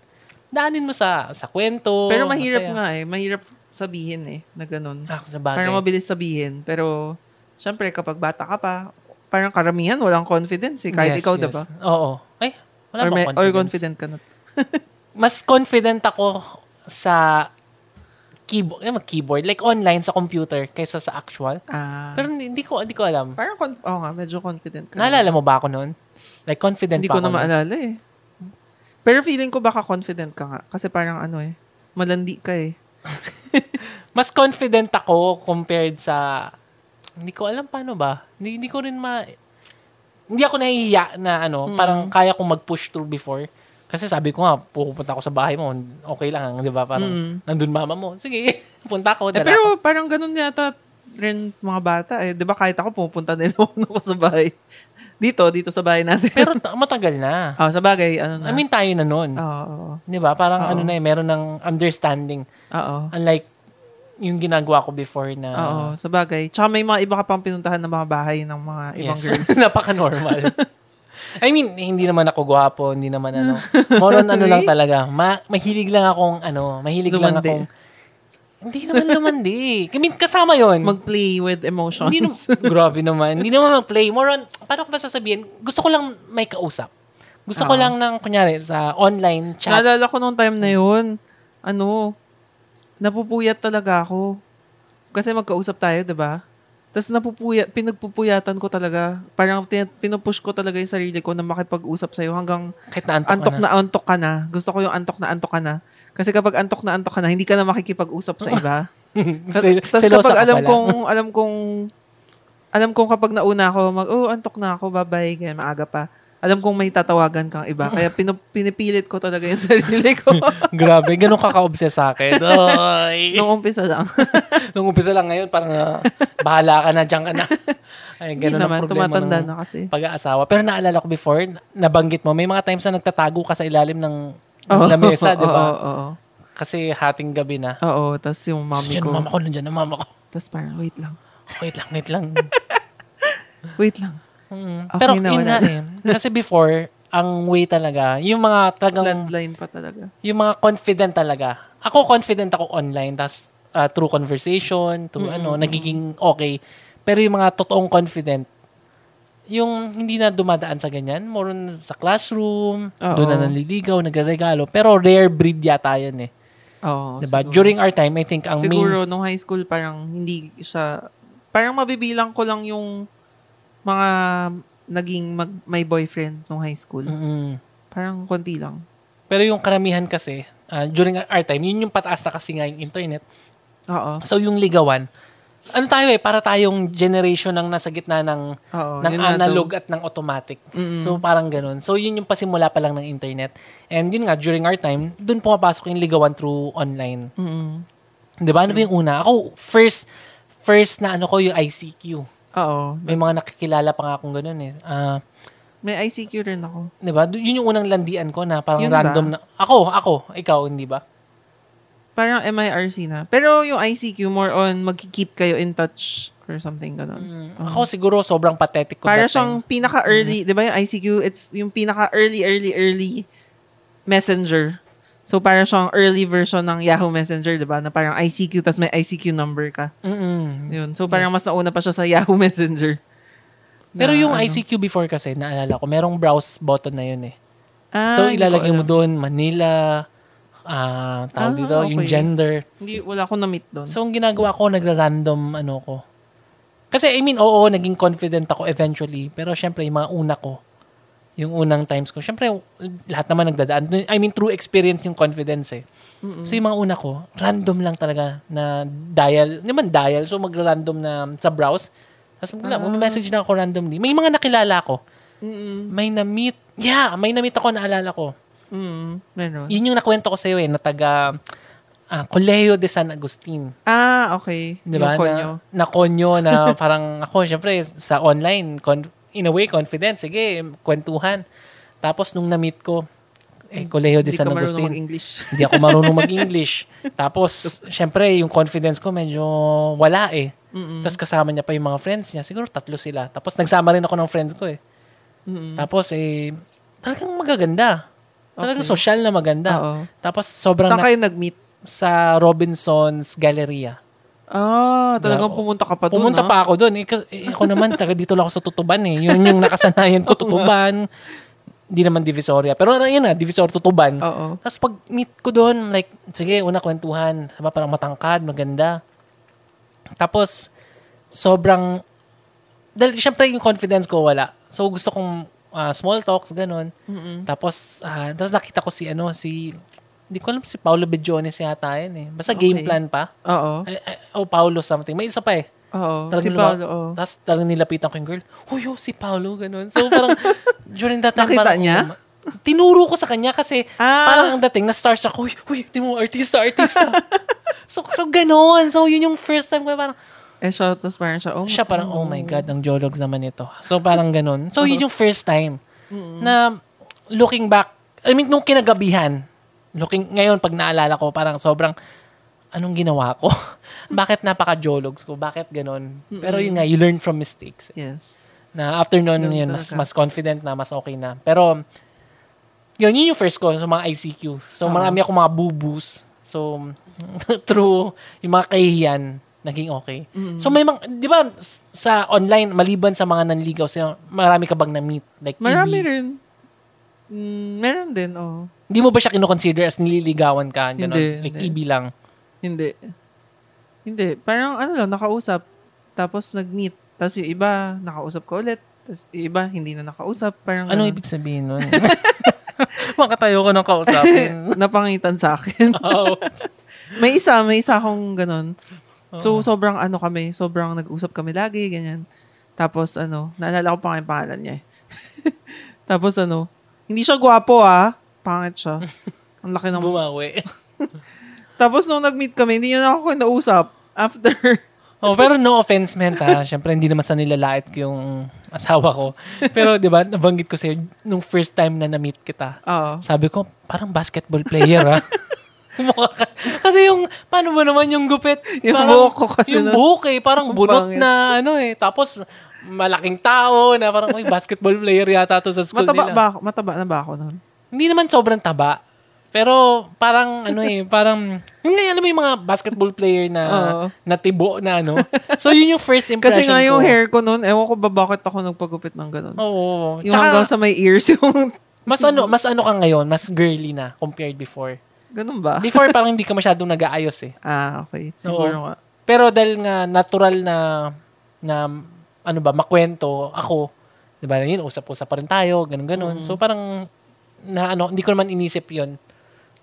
[SPEAKER 1] daanin mo sa sa kwento.
[SPEAKER 2] pero mahirap
[SPEAKER 1] masaya.
[SPEAKER 2] nga eh. Mahirap sabihin eh, na ganun.
[SPEAKER 1] Ah, sa bagay.
[SPEAKER 2] Parang mabilis sabihin. Pero, syempre, kapag bata ka pa, parang karamihan, walang confidence eh. Kahit
[SPEAKER 1] Yes,
[SPEAKER 2] ikaw,
[SPEAKER 1] yes.
[SPEAKER 2] diba?
[SPEAKER 1] Oo. Ay, wala
[SPEAKER 2] Or,
[SPEAKER 1] bang
[SPEAKER 2] may- or
[SPEAKER 1] confidence?
[SPEAKER 2] confident ka na.
[SPEAKER 1] Mas confident ako sa keyboard, eh, mag-keyboard, like online sa computer kaysa sa actual.
[SPEAKER 2] Ah.
[SPEAKER 1] Pero hindi hindi ko, hindi ko alam.
[SPEAKER 2] Parang, con- oh nga, medyo confident ka.
[SPEAKER 1] Naalala mo ba ako noon? Like confident
[SPEAKER 2] Hindi
[SPEAKER 1] ba
[SPEAKER 2] ko
[SPEAKER 1] ako
[SPEAKER 2] na
[SPEAKER 1] nun?
[SPEAKER 2] maalala eh. Pero feeling ko baka confident ka nga. Kasi parang ano eh, malandi ka eh.
[SPEAKER 1] Mas confident ako compared sa, hindi ko alam paano ba. Hindi, hindi ko rin ma, hindi ako nahihiya na ano,
[SPEAKER 2] Hmm.
[SPEAKER 1] parang kaya kong mag-push through before. Kasi sabi ko nga, pupunta ako sa bahay mo, okay lang, di ba? Parang, nandun mama mo. Sige, punta ako, dala ko.
[SPEAKER 2] Hmm. eh pero parang ganun yata rin mga bata eh. Di ba kahit ako pupunta nila ako sa bahay. Dito, dito sa bahay natin.
[SPEAKER 1] Pero ta- matagal na.
[SPEAKER 2] oh, sa bagay, ano
[SPEAKER 1] I
[SPEAKER 2] na.
[SPEAKER 1] mean, tayo na nun.
[SPEAKER 2] Oo, oo,
[SPEAKER 1] 'Di ba? Parang
[SPEAKER 2] Oo.
[SPEAKER 1] ano na eh, meron ng understanding.
[SPEAKER 2] oo.
[SPEAKER 1] Unlike yung ginagawa ko before na
[SPEAKER 2] Oo, sa bagay. Tsaka may mga iba ka pang pinuntahan ng mga bahay ng mga ibang
[SPEAKER 1] yes,
[SPEAKER 2] girls.
[SPEAKER 1] napaka-normal. I mean, hindi naman ako gwapo, hindi naman ano. More on ano lang talaga. Ma- mahilig lang akong ano, mahilig lang
[SPEAKER 2] Lumandi.
[SPEAKER 1] akong hindi naman lumandi. I mean, kasama yon
[SPEAKER 2] Mag-play with emotions.
[SPEAKER 1] Hindi naman, grabe naman. Hindi naman mag-play. More on, paano ko ba sasabihin? Gusto ko lang may kausap. Gusto ko
[SPEAKER 2] Oo.
[SPEAKER 1] lang ng, kunyari, sa online chat.
[SPEAKER 2] Naalala ko nung time na yun, ano, napupuyat talaga ako. Kasi magkausap tayo, di ba? Tapos napupuya, pinagpupuyatan ko talaga. Parang tin- pinupush ko talaga yung sarili ko na makipag-usap sa'yo hanggang
[SPEAKER 1] kahit na antok, ka
[SPEAKER 2] antok
[SPEAKER 1] na.
[SPEAKER 2] na. antok ka na. Gusto ko yung antok na antok ka na. Kasi kapag antok na antok ka na, hindi ka na makikipag-usap sa iba.
[SPEAKER 1] Sel-
[SPEAKER 2] Tapos
[SPEAKER 1] selosa
[SPEAKER 2] kapag
[SPEAKER 1] ka
[SPEAKER 2] alam
[SPEAKER 1] pala.
[SPEAKER 2] kong, alam kong, alam kong kapag nauna ako, mag, oh, antok na ako, bye-bye, ganyan, maaga pa. Alam kong may tatawagan kang iba. Kaya pinu- pinipilit ko talaga yung sarili ko.
[SPEAKER 1] Grabe, ganun ka ka-obsess sa akin. Oy.
[SPEAKER 2] Nung umpisa lang.
[SPEAKER 1] Nung umpisa lang ngayon, parang ah, bahala ka na, dyan ka na. Ay,
[SPEAKER 2] Hindi
[SPEAKER 1] ganun ang
[SPEAKER 2] naman,
[SPEAKER 1] problema
[SPEAKER 2] tumatanda
[SPEAKER 1] ng
[SPEAKER 2] na eh. kasi.
[SPEAKER 1] pag-aasawa. Pero naalala ko before, n- nabanggit mo, may mga times na nagtatago ka sa ilalim ng, ng
[SPEAKER 2] Oo,
[SPEAKER 1] lamesa, di ba?
[SPEAKER 2] Oo, oo.
[SPEAKER 1] Kasi hating gabi na.
[SPEAKER 2] Oo, tapos yung
[SPEAKER 1] Mami
[SPEAKER 2] mami
[SPEAKER 1] ko. mama ko,
[SPEAKER 2] ko.
[SPEAKER 1] nandiyan na mama ko.
[SPEAKER 2] Tapos parang, wait lang.
[SPEAKER 1] Wait lang, wait lang.
[SPEAKER 2] Wait lang.
[SPEAKER 1] Mm.
[SPEAKER 2] Okay
[SPEAKER 1] Pero
[SPEAKER 2] na,
[SPEAKER 1] yun nga
[SPEAKER 2] wala na.
[SPEAKER 1] eh. Kasi before, ang way talaga, yung mga talagang,
[SPEAKER 2] Landline pa talaga.
[SPEAKER 1] yung mga confident talaga. Ako confident ako online, tas ah, through conversation, through ano, nagiging okay. Pero yung mga totoong confident, yung hindi na dumadaan sa ganyan, more on sa classroom,
[SPEAKER 2] Oo.
[SPEAKER 1] doon na nanliligaw, nagre-regalo. Pero rare breed yata yun eh.
[SPEAKER 2] Oo.
[SPEAKER 1] diba?
[SPEAKER 2] Oh, siguro.
[SPEAKER 1] During our time, I think ang
[SPEAKER 2] Siguro, nung high school, parang hindi siya, parang mabibilang ko lang yung mga naging mag, may boyfriend nung high school.
[SPEAKER 1] main... Mm-mm.
[SPEAKER 2] Parang konti lang.
[SPEAKER 1] Mm. Pero yung karamihan kasi, ah, during our time, yun yung pataas na kasi nga yung internet.
[SPEAKER 2] Oo.
[SPEAKER 1] So yung ligawan, ano tayo eh, para tayong generation ng nasa gitna ng,
[SPEAKER 2] Oo.
[SPEAKER 1] ng
[SPEAKER 2] Oh, yun na daw.
[SPEAKER 1] analog at ng automatic.
[SPEAKER 2] Mm-mm.
[SPEAKER 1] So parang ganun. So yun yung pasimula pa lang ng internet. And yun nga, during our time, dun pumapasok yung ligawan through online.
[SPEAKER 2] Mm-mm.
[SPEAKER 1] Di ba? Ano ba yung una? Ako, first, first na ano ko, yung ICQ.
[SPEAKER 2] Oo.
[SPEAKER 1] May mga nakikilala pa nga akong ganun eh. Ah,
[SPEAKER 2] May ICQ rin ako.
[SPEAKER 1] di ba? Yun yung unang landian ko na parang
[SPEAKER 2] Yun ba?
[SPEAKER 1] random na. Ako, ako, ikaw, hindi ba?
[SPEAKER 2] Parang MIRC na. Pero yung ICQ, more on magki-keep kayo in touch or something ganun.
[SPEAKER 1] Mm, Ako siguro sobrang pathetic ko. that
[SPEAKER 2] Para
[SPEAKER 1] time.
[SPEAKER 2] siyang pinaka-early,
[SPEAKER 1] Mm.
[SPEAKER 2] di ba yung ICQ, it's yung pinaka-early, early, early messenger. So, para siyang early version ng Yahoo Messenger, di ba? Na parang ICQ, tas may ICQ number ka.
[SPEAKER 1] Mm-mm.
[SPEAKER 2] Yun. So, parang mas nauna pa siya sa Yahoo Messenger.
[SPEAKER 1] Pero
[SPEAKER 2] Na,
[SPEAKER 1] yung
[SPEAKER 2] ano.
[SPEAKER 1] ICQ before kasi, naalala ko, merong browse button na yun eh.
[SPEAKER 2] Ah,
[SPEAKER 1] so,
[SPEAKER 2] hindi ko
[SPEAKER 1] ilalagay mo
[SPEAKER 2] alam.
[SPEAKER 1] doon, Manila, ah tawag
[SPEAKER 2] Ah,
[SPEAKER 1] dito, yung
[SPEAKER 2] okay.
[SPEAKER 1] gender.
[SPEAKER 2] Hindi, wala akong na-meet doon.
[SPEAKER 1] So, ang ginagawa ko, nagra-random ano ko. Kasi, I mean, oo, naging confident ako eventually. Pero, syempre, yung mga una ko, yung unang times ko, syempre, lahat naman nagdadaan. I mean, true experience yung confidence eh. So, yung mga una ko, random lang talaga na dial. Hindi naman dial, so magra-random na sa browse. Tapos,
[SPEAKER 2] Ah.
[SPEAKER 1] wala, message na ako randomly. May mga nakilala ko.
[SPEAKER 2] Mm-mm.
[SPEAKER 1] May na-meet. Yeah, may na-meet ako, naalala ko.
[SPEAKER 2] Mm-mm. Mm, Meron.
[SPEAKER 1] Yun yung nakwento ko sa'yo eh, na taga ah, Colegio de San Agustin.
[SPEAKER 2] Ah, okay.
[SPEAKER 1] Di ba?
[SPEAKER 2] Yung konyo.
[SPEAKER 1] Na, na konyo na parang ako, syempre, sa online, con- in a way, confident. Sige, kwentuhan. Tapos nung na-meet ko, eh, Colegio de
[SPEAKER 2] Hindi
[SPEAKER 1] San
[SPEAKER 2] ka marunong
[SPEAKER 1] Agustin.
[SPEAKER 2] mag-English.
[SPEAKER 1] Hindi ako marunong mag-English. Tapos, syempre, yung confidence ko medyo wala eh.
[SPEAKER 2] Mm-mm.
[SPEAKER 1] Tapos kasama niya pa yung mga friends niya. Siguro tatlo sila. Tapos nagsama rin ako ng friends ko eh.
[SPEAKER 2] Mm-mm.
[SPEAKER 1] Tapos eh, talagang magaganda. Talagang
[SPEAKER 2] Okay.
[SPEAKER 1] social na maganda.
[SPEAKER 2] Oo.
[SPEAKER 1] Tapos sobrang
[SPEAKER 2] Saan
[SPEAKER 1] na-
[SPEAKER 2] kayo nag-meet?
[SPEAKER 1] sa Robinson's Galleria.
[SPEAKER 2] Ah, talagang
[SPEAKER 1] Oo.
[SPEAKER 2] pumunta ka pa doon,
[SPEAKER 1] Pumunta pa ako doon. Eh, kas- eh, ako naman, taga dito lang ako sa Tutuban eh. Yun yung nakasanayan ko, Tutuban. Hindi naman Divisoria. Pero ano, yun na, Divisoria, Tutuban.
[SPEAKER 2] Oo.
[SPEAKER 1] Tapos pag meet ko doon, like, sige, una kwentuhan. Diba, parang matangkad, maganda. Tapos, sobrang, dahil syempre yung confidence ko wala. So gusto kong ah, small talks, ganun.
[SPEAKER 2] Mm-mm.
[SPEAKER 1] Tapos, ah, tapos nakita ko si, ano, si, hindi ko alam si Paolo Bediones yata yun eh. Basta game
[SPEAKER 2] Okay.
[SPEAKER 1] plan pa.
[SPEAKER 2] Oo.
[SPEAKER 1] Ay, ay, oh, Paolo something. May isa pa eh.
[SPEAKER 2] Oo. Si
[SPEAKER 1] Talagang luma-
[SPEAKER 2] Paolo, oo.
[SPEAKER 1] Tapos talagang nilapitan ko yung girl, huy, oh, si Paolo, ganun. So parang, during that time,
[SPEAKER 2] Nakita
[SPEAKER 1] parang,
[SPEAKER 2] niya?
[SPEAKER 1] tinuro ko sa kanya kasi
[SPEAKER 2] Ah.
[SPEAKER 1] parang ang dating, na-stars ako, huy, huy, di mo, artista, artista. so, so ganun. So yun yung first time ko, parang,
[SPEAKER 2] Eh, siya, tapos parang siya, oh,
[SPEAKER 1] siya parang, oh my God, ang jologs naman ito. So parang ganun. So yun yung first time na looking back, I mean, nung kinagabihan, looking, ngayon, pag naalala ko, parang sobrang, anong ginawa ko? Bakit napaka-jologs ko? Bakit ganun? Pero yun nga, you learn from mistakes. eh.
[SPEAKER 2] Yes.
[SPEAKER 1] Na after nun,
[SPEAKER 2] Ganun
[SPEAKER 1] yun, mas,
[SPEAKER 2] talaga.
[SPEAKER 1] mas confident na, mas okay na. Pero, yun, yun yung first ko sa mga ICQ. So, marami akong mga bubus. So, through yung mga kahihiyan, naging okay. So, may mga, di ba, s- sa online, maliban sa mga nanligaw, sa marami ka bang na-meet? Like, E
[SPEAKER 2] Marami
[SPEAKER 1] ibi-
[SPEAKER 2] rin. Mm, meron din, oo.
[SPEAKER 1] Hindi mo ba siya kinoconsider as nililigawan ka? Ganun?
[SPEAKER 2] Hindi,
[SPEAKER 1] like,
[SPEAKER 2] hindi.
[SPEAKER 1] ibi lang.
[SPEAKER 2] Hindi. Hindi. Parang ano lang, nakausap. Tapos nag-meet. Tapos yung iba, nakausap ka ulit. Tapos yung iba, hindi na nakausap. Parang
[SPEAKER 1] Anong
[SPEAKER 2] ganun.
[SPEAKER 1] ibig sabihin nun? Makatayo ko ng kausapin. Oh,
[SPEAKER 2] napangitan sa akin.
[SPEAKER 1] Oo.
[SPEAKER 2] may isa, may isa akong ganun. So, sobrang ano kami, sobrang nag-usap kami lagi, ganyan. Tapos, ano, naalala ko pa nga yung pangalan niya eh. Tapos, ano, hindi siya gwapo ah. Pangit siya. Ang laki ng...
[SPEAKER 1] Bumawi.
[SPEAKER 2] Tapos, nung nag-meet kami, hindi niya na ako kinausap. After,
[SPEAKER 1] oh, pero no offense meant ha. Siyempre, hindi naman sa nilalait ko yung asawa ko. Pero, di ba, nabanggit ko sa'yo, nung first time na na-meet kita,
[SPEAKER 2] oo.
[SPEAKER 1] sabi ko, parang basketball player ha. Mukha ka- kasi yung, paano ba naman yung gupit?
[SPEAKER 2] Yung
[SPEAKER 1] Parang-
[SPEAKER 2] buhok ko kasi
[SPEAKER 1] Yung
[SPEAKER 2] nun.
[SPEAKER 1] buhok eh, parang
[SPEAKER 2] Ang
[SPEAKER 1] bunot
[SPEAKER 2] pangit.
[SPEAKER 1] na ano eh. Tapos, malaking tao na parang, uy, basketball player yata to sa school
[SPEAKER 2] mataba,
[SPEAKER 1] nila.
[SPEAKER 2] ba ako, mataba na ba ako nun?
[SPEAKER 1] Hindi naman sobrang taba. Pero parang ano eh, parang hindi alam mo yung mga basketball player na
[SPEAKER 2] Oo.
[SPEAKER 1] natibo na ano. So yun yung first impression
[SPEAKER 2] Kasi nga yung
[SPEAKER 1] ko.
[SPEAKER 2] hair ko nun, ewan ko ba bakit ako nagpagupit ng ganun.
[SPEAKER 1] Oo.
[SPEAKER 2] Yung
[SPEAKER 1] Tsaka,
[SPEAKER 2] hanggang sa may ears yung...
[SPEAKER 1] mas ano, mas ano ka ngayon, mas girly na compared before.
[SPEAKER 2] ganun ba?
[SPEAKER 1] Before parang hindi ka masyadong nag-aayos eh.
[SPEAKER 2] Ah, okay. Siguro nga.
[SPEAKER 1] Pero dahil nga natural na na ano ba, makwento ako, 'di ba? Yun, usap-usap pa rin tayo, ganun-ganun.
[SPEAKER 2] Mm-hmm.
[SPEAKER 1] So parang na ano, hindi ko naman inisip 'yon.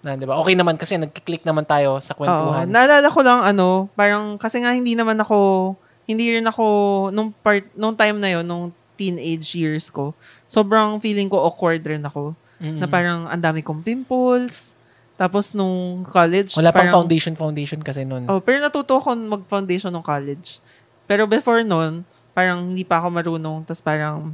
[SPEAKER 1] Na, 'di ba? Okay naman kasi nagki-click naman tayo sa
[SPEAKER 2] Oo.
[SPEAKER 1] kwentuhan.
[SPEAKER 2] Naalala ko lang ano, parang kasi nga hindi naman ako hindi rin ako nung part nung time na yon nung teenage years ko. Sobrang feeling ko awkward rin ako.
[SPEAKER 1] Mm-mm.
[SPEAKER 2] Na parang ang dami kong pimples. Tapos nung college,
[SPEAKER 1] Wala pang
[SPEAKER 2] parang-
[SPEAKER 1] foundation foundation kasi noon.
[SPEAKER 2] Oh, pero natuto ako mag-foundation nung college. Pero before noon, parang hindi pa ako marunong. Tapos parang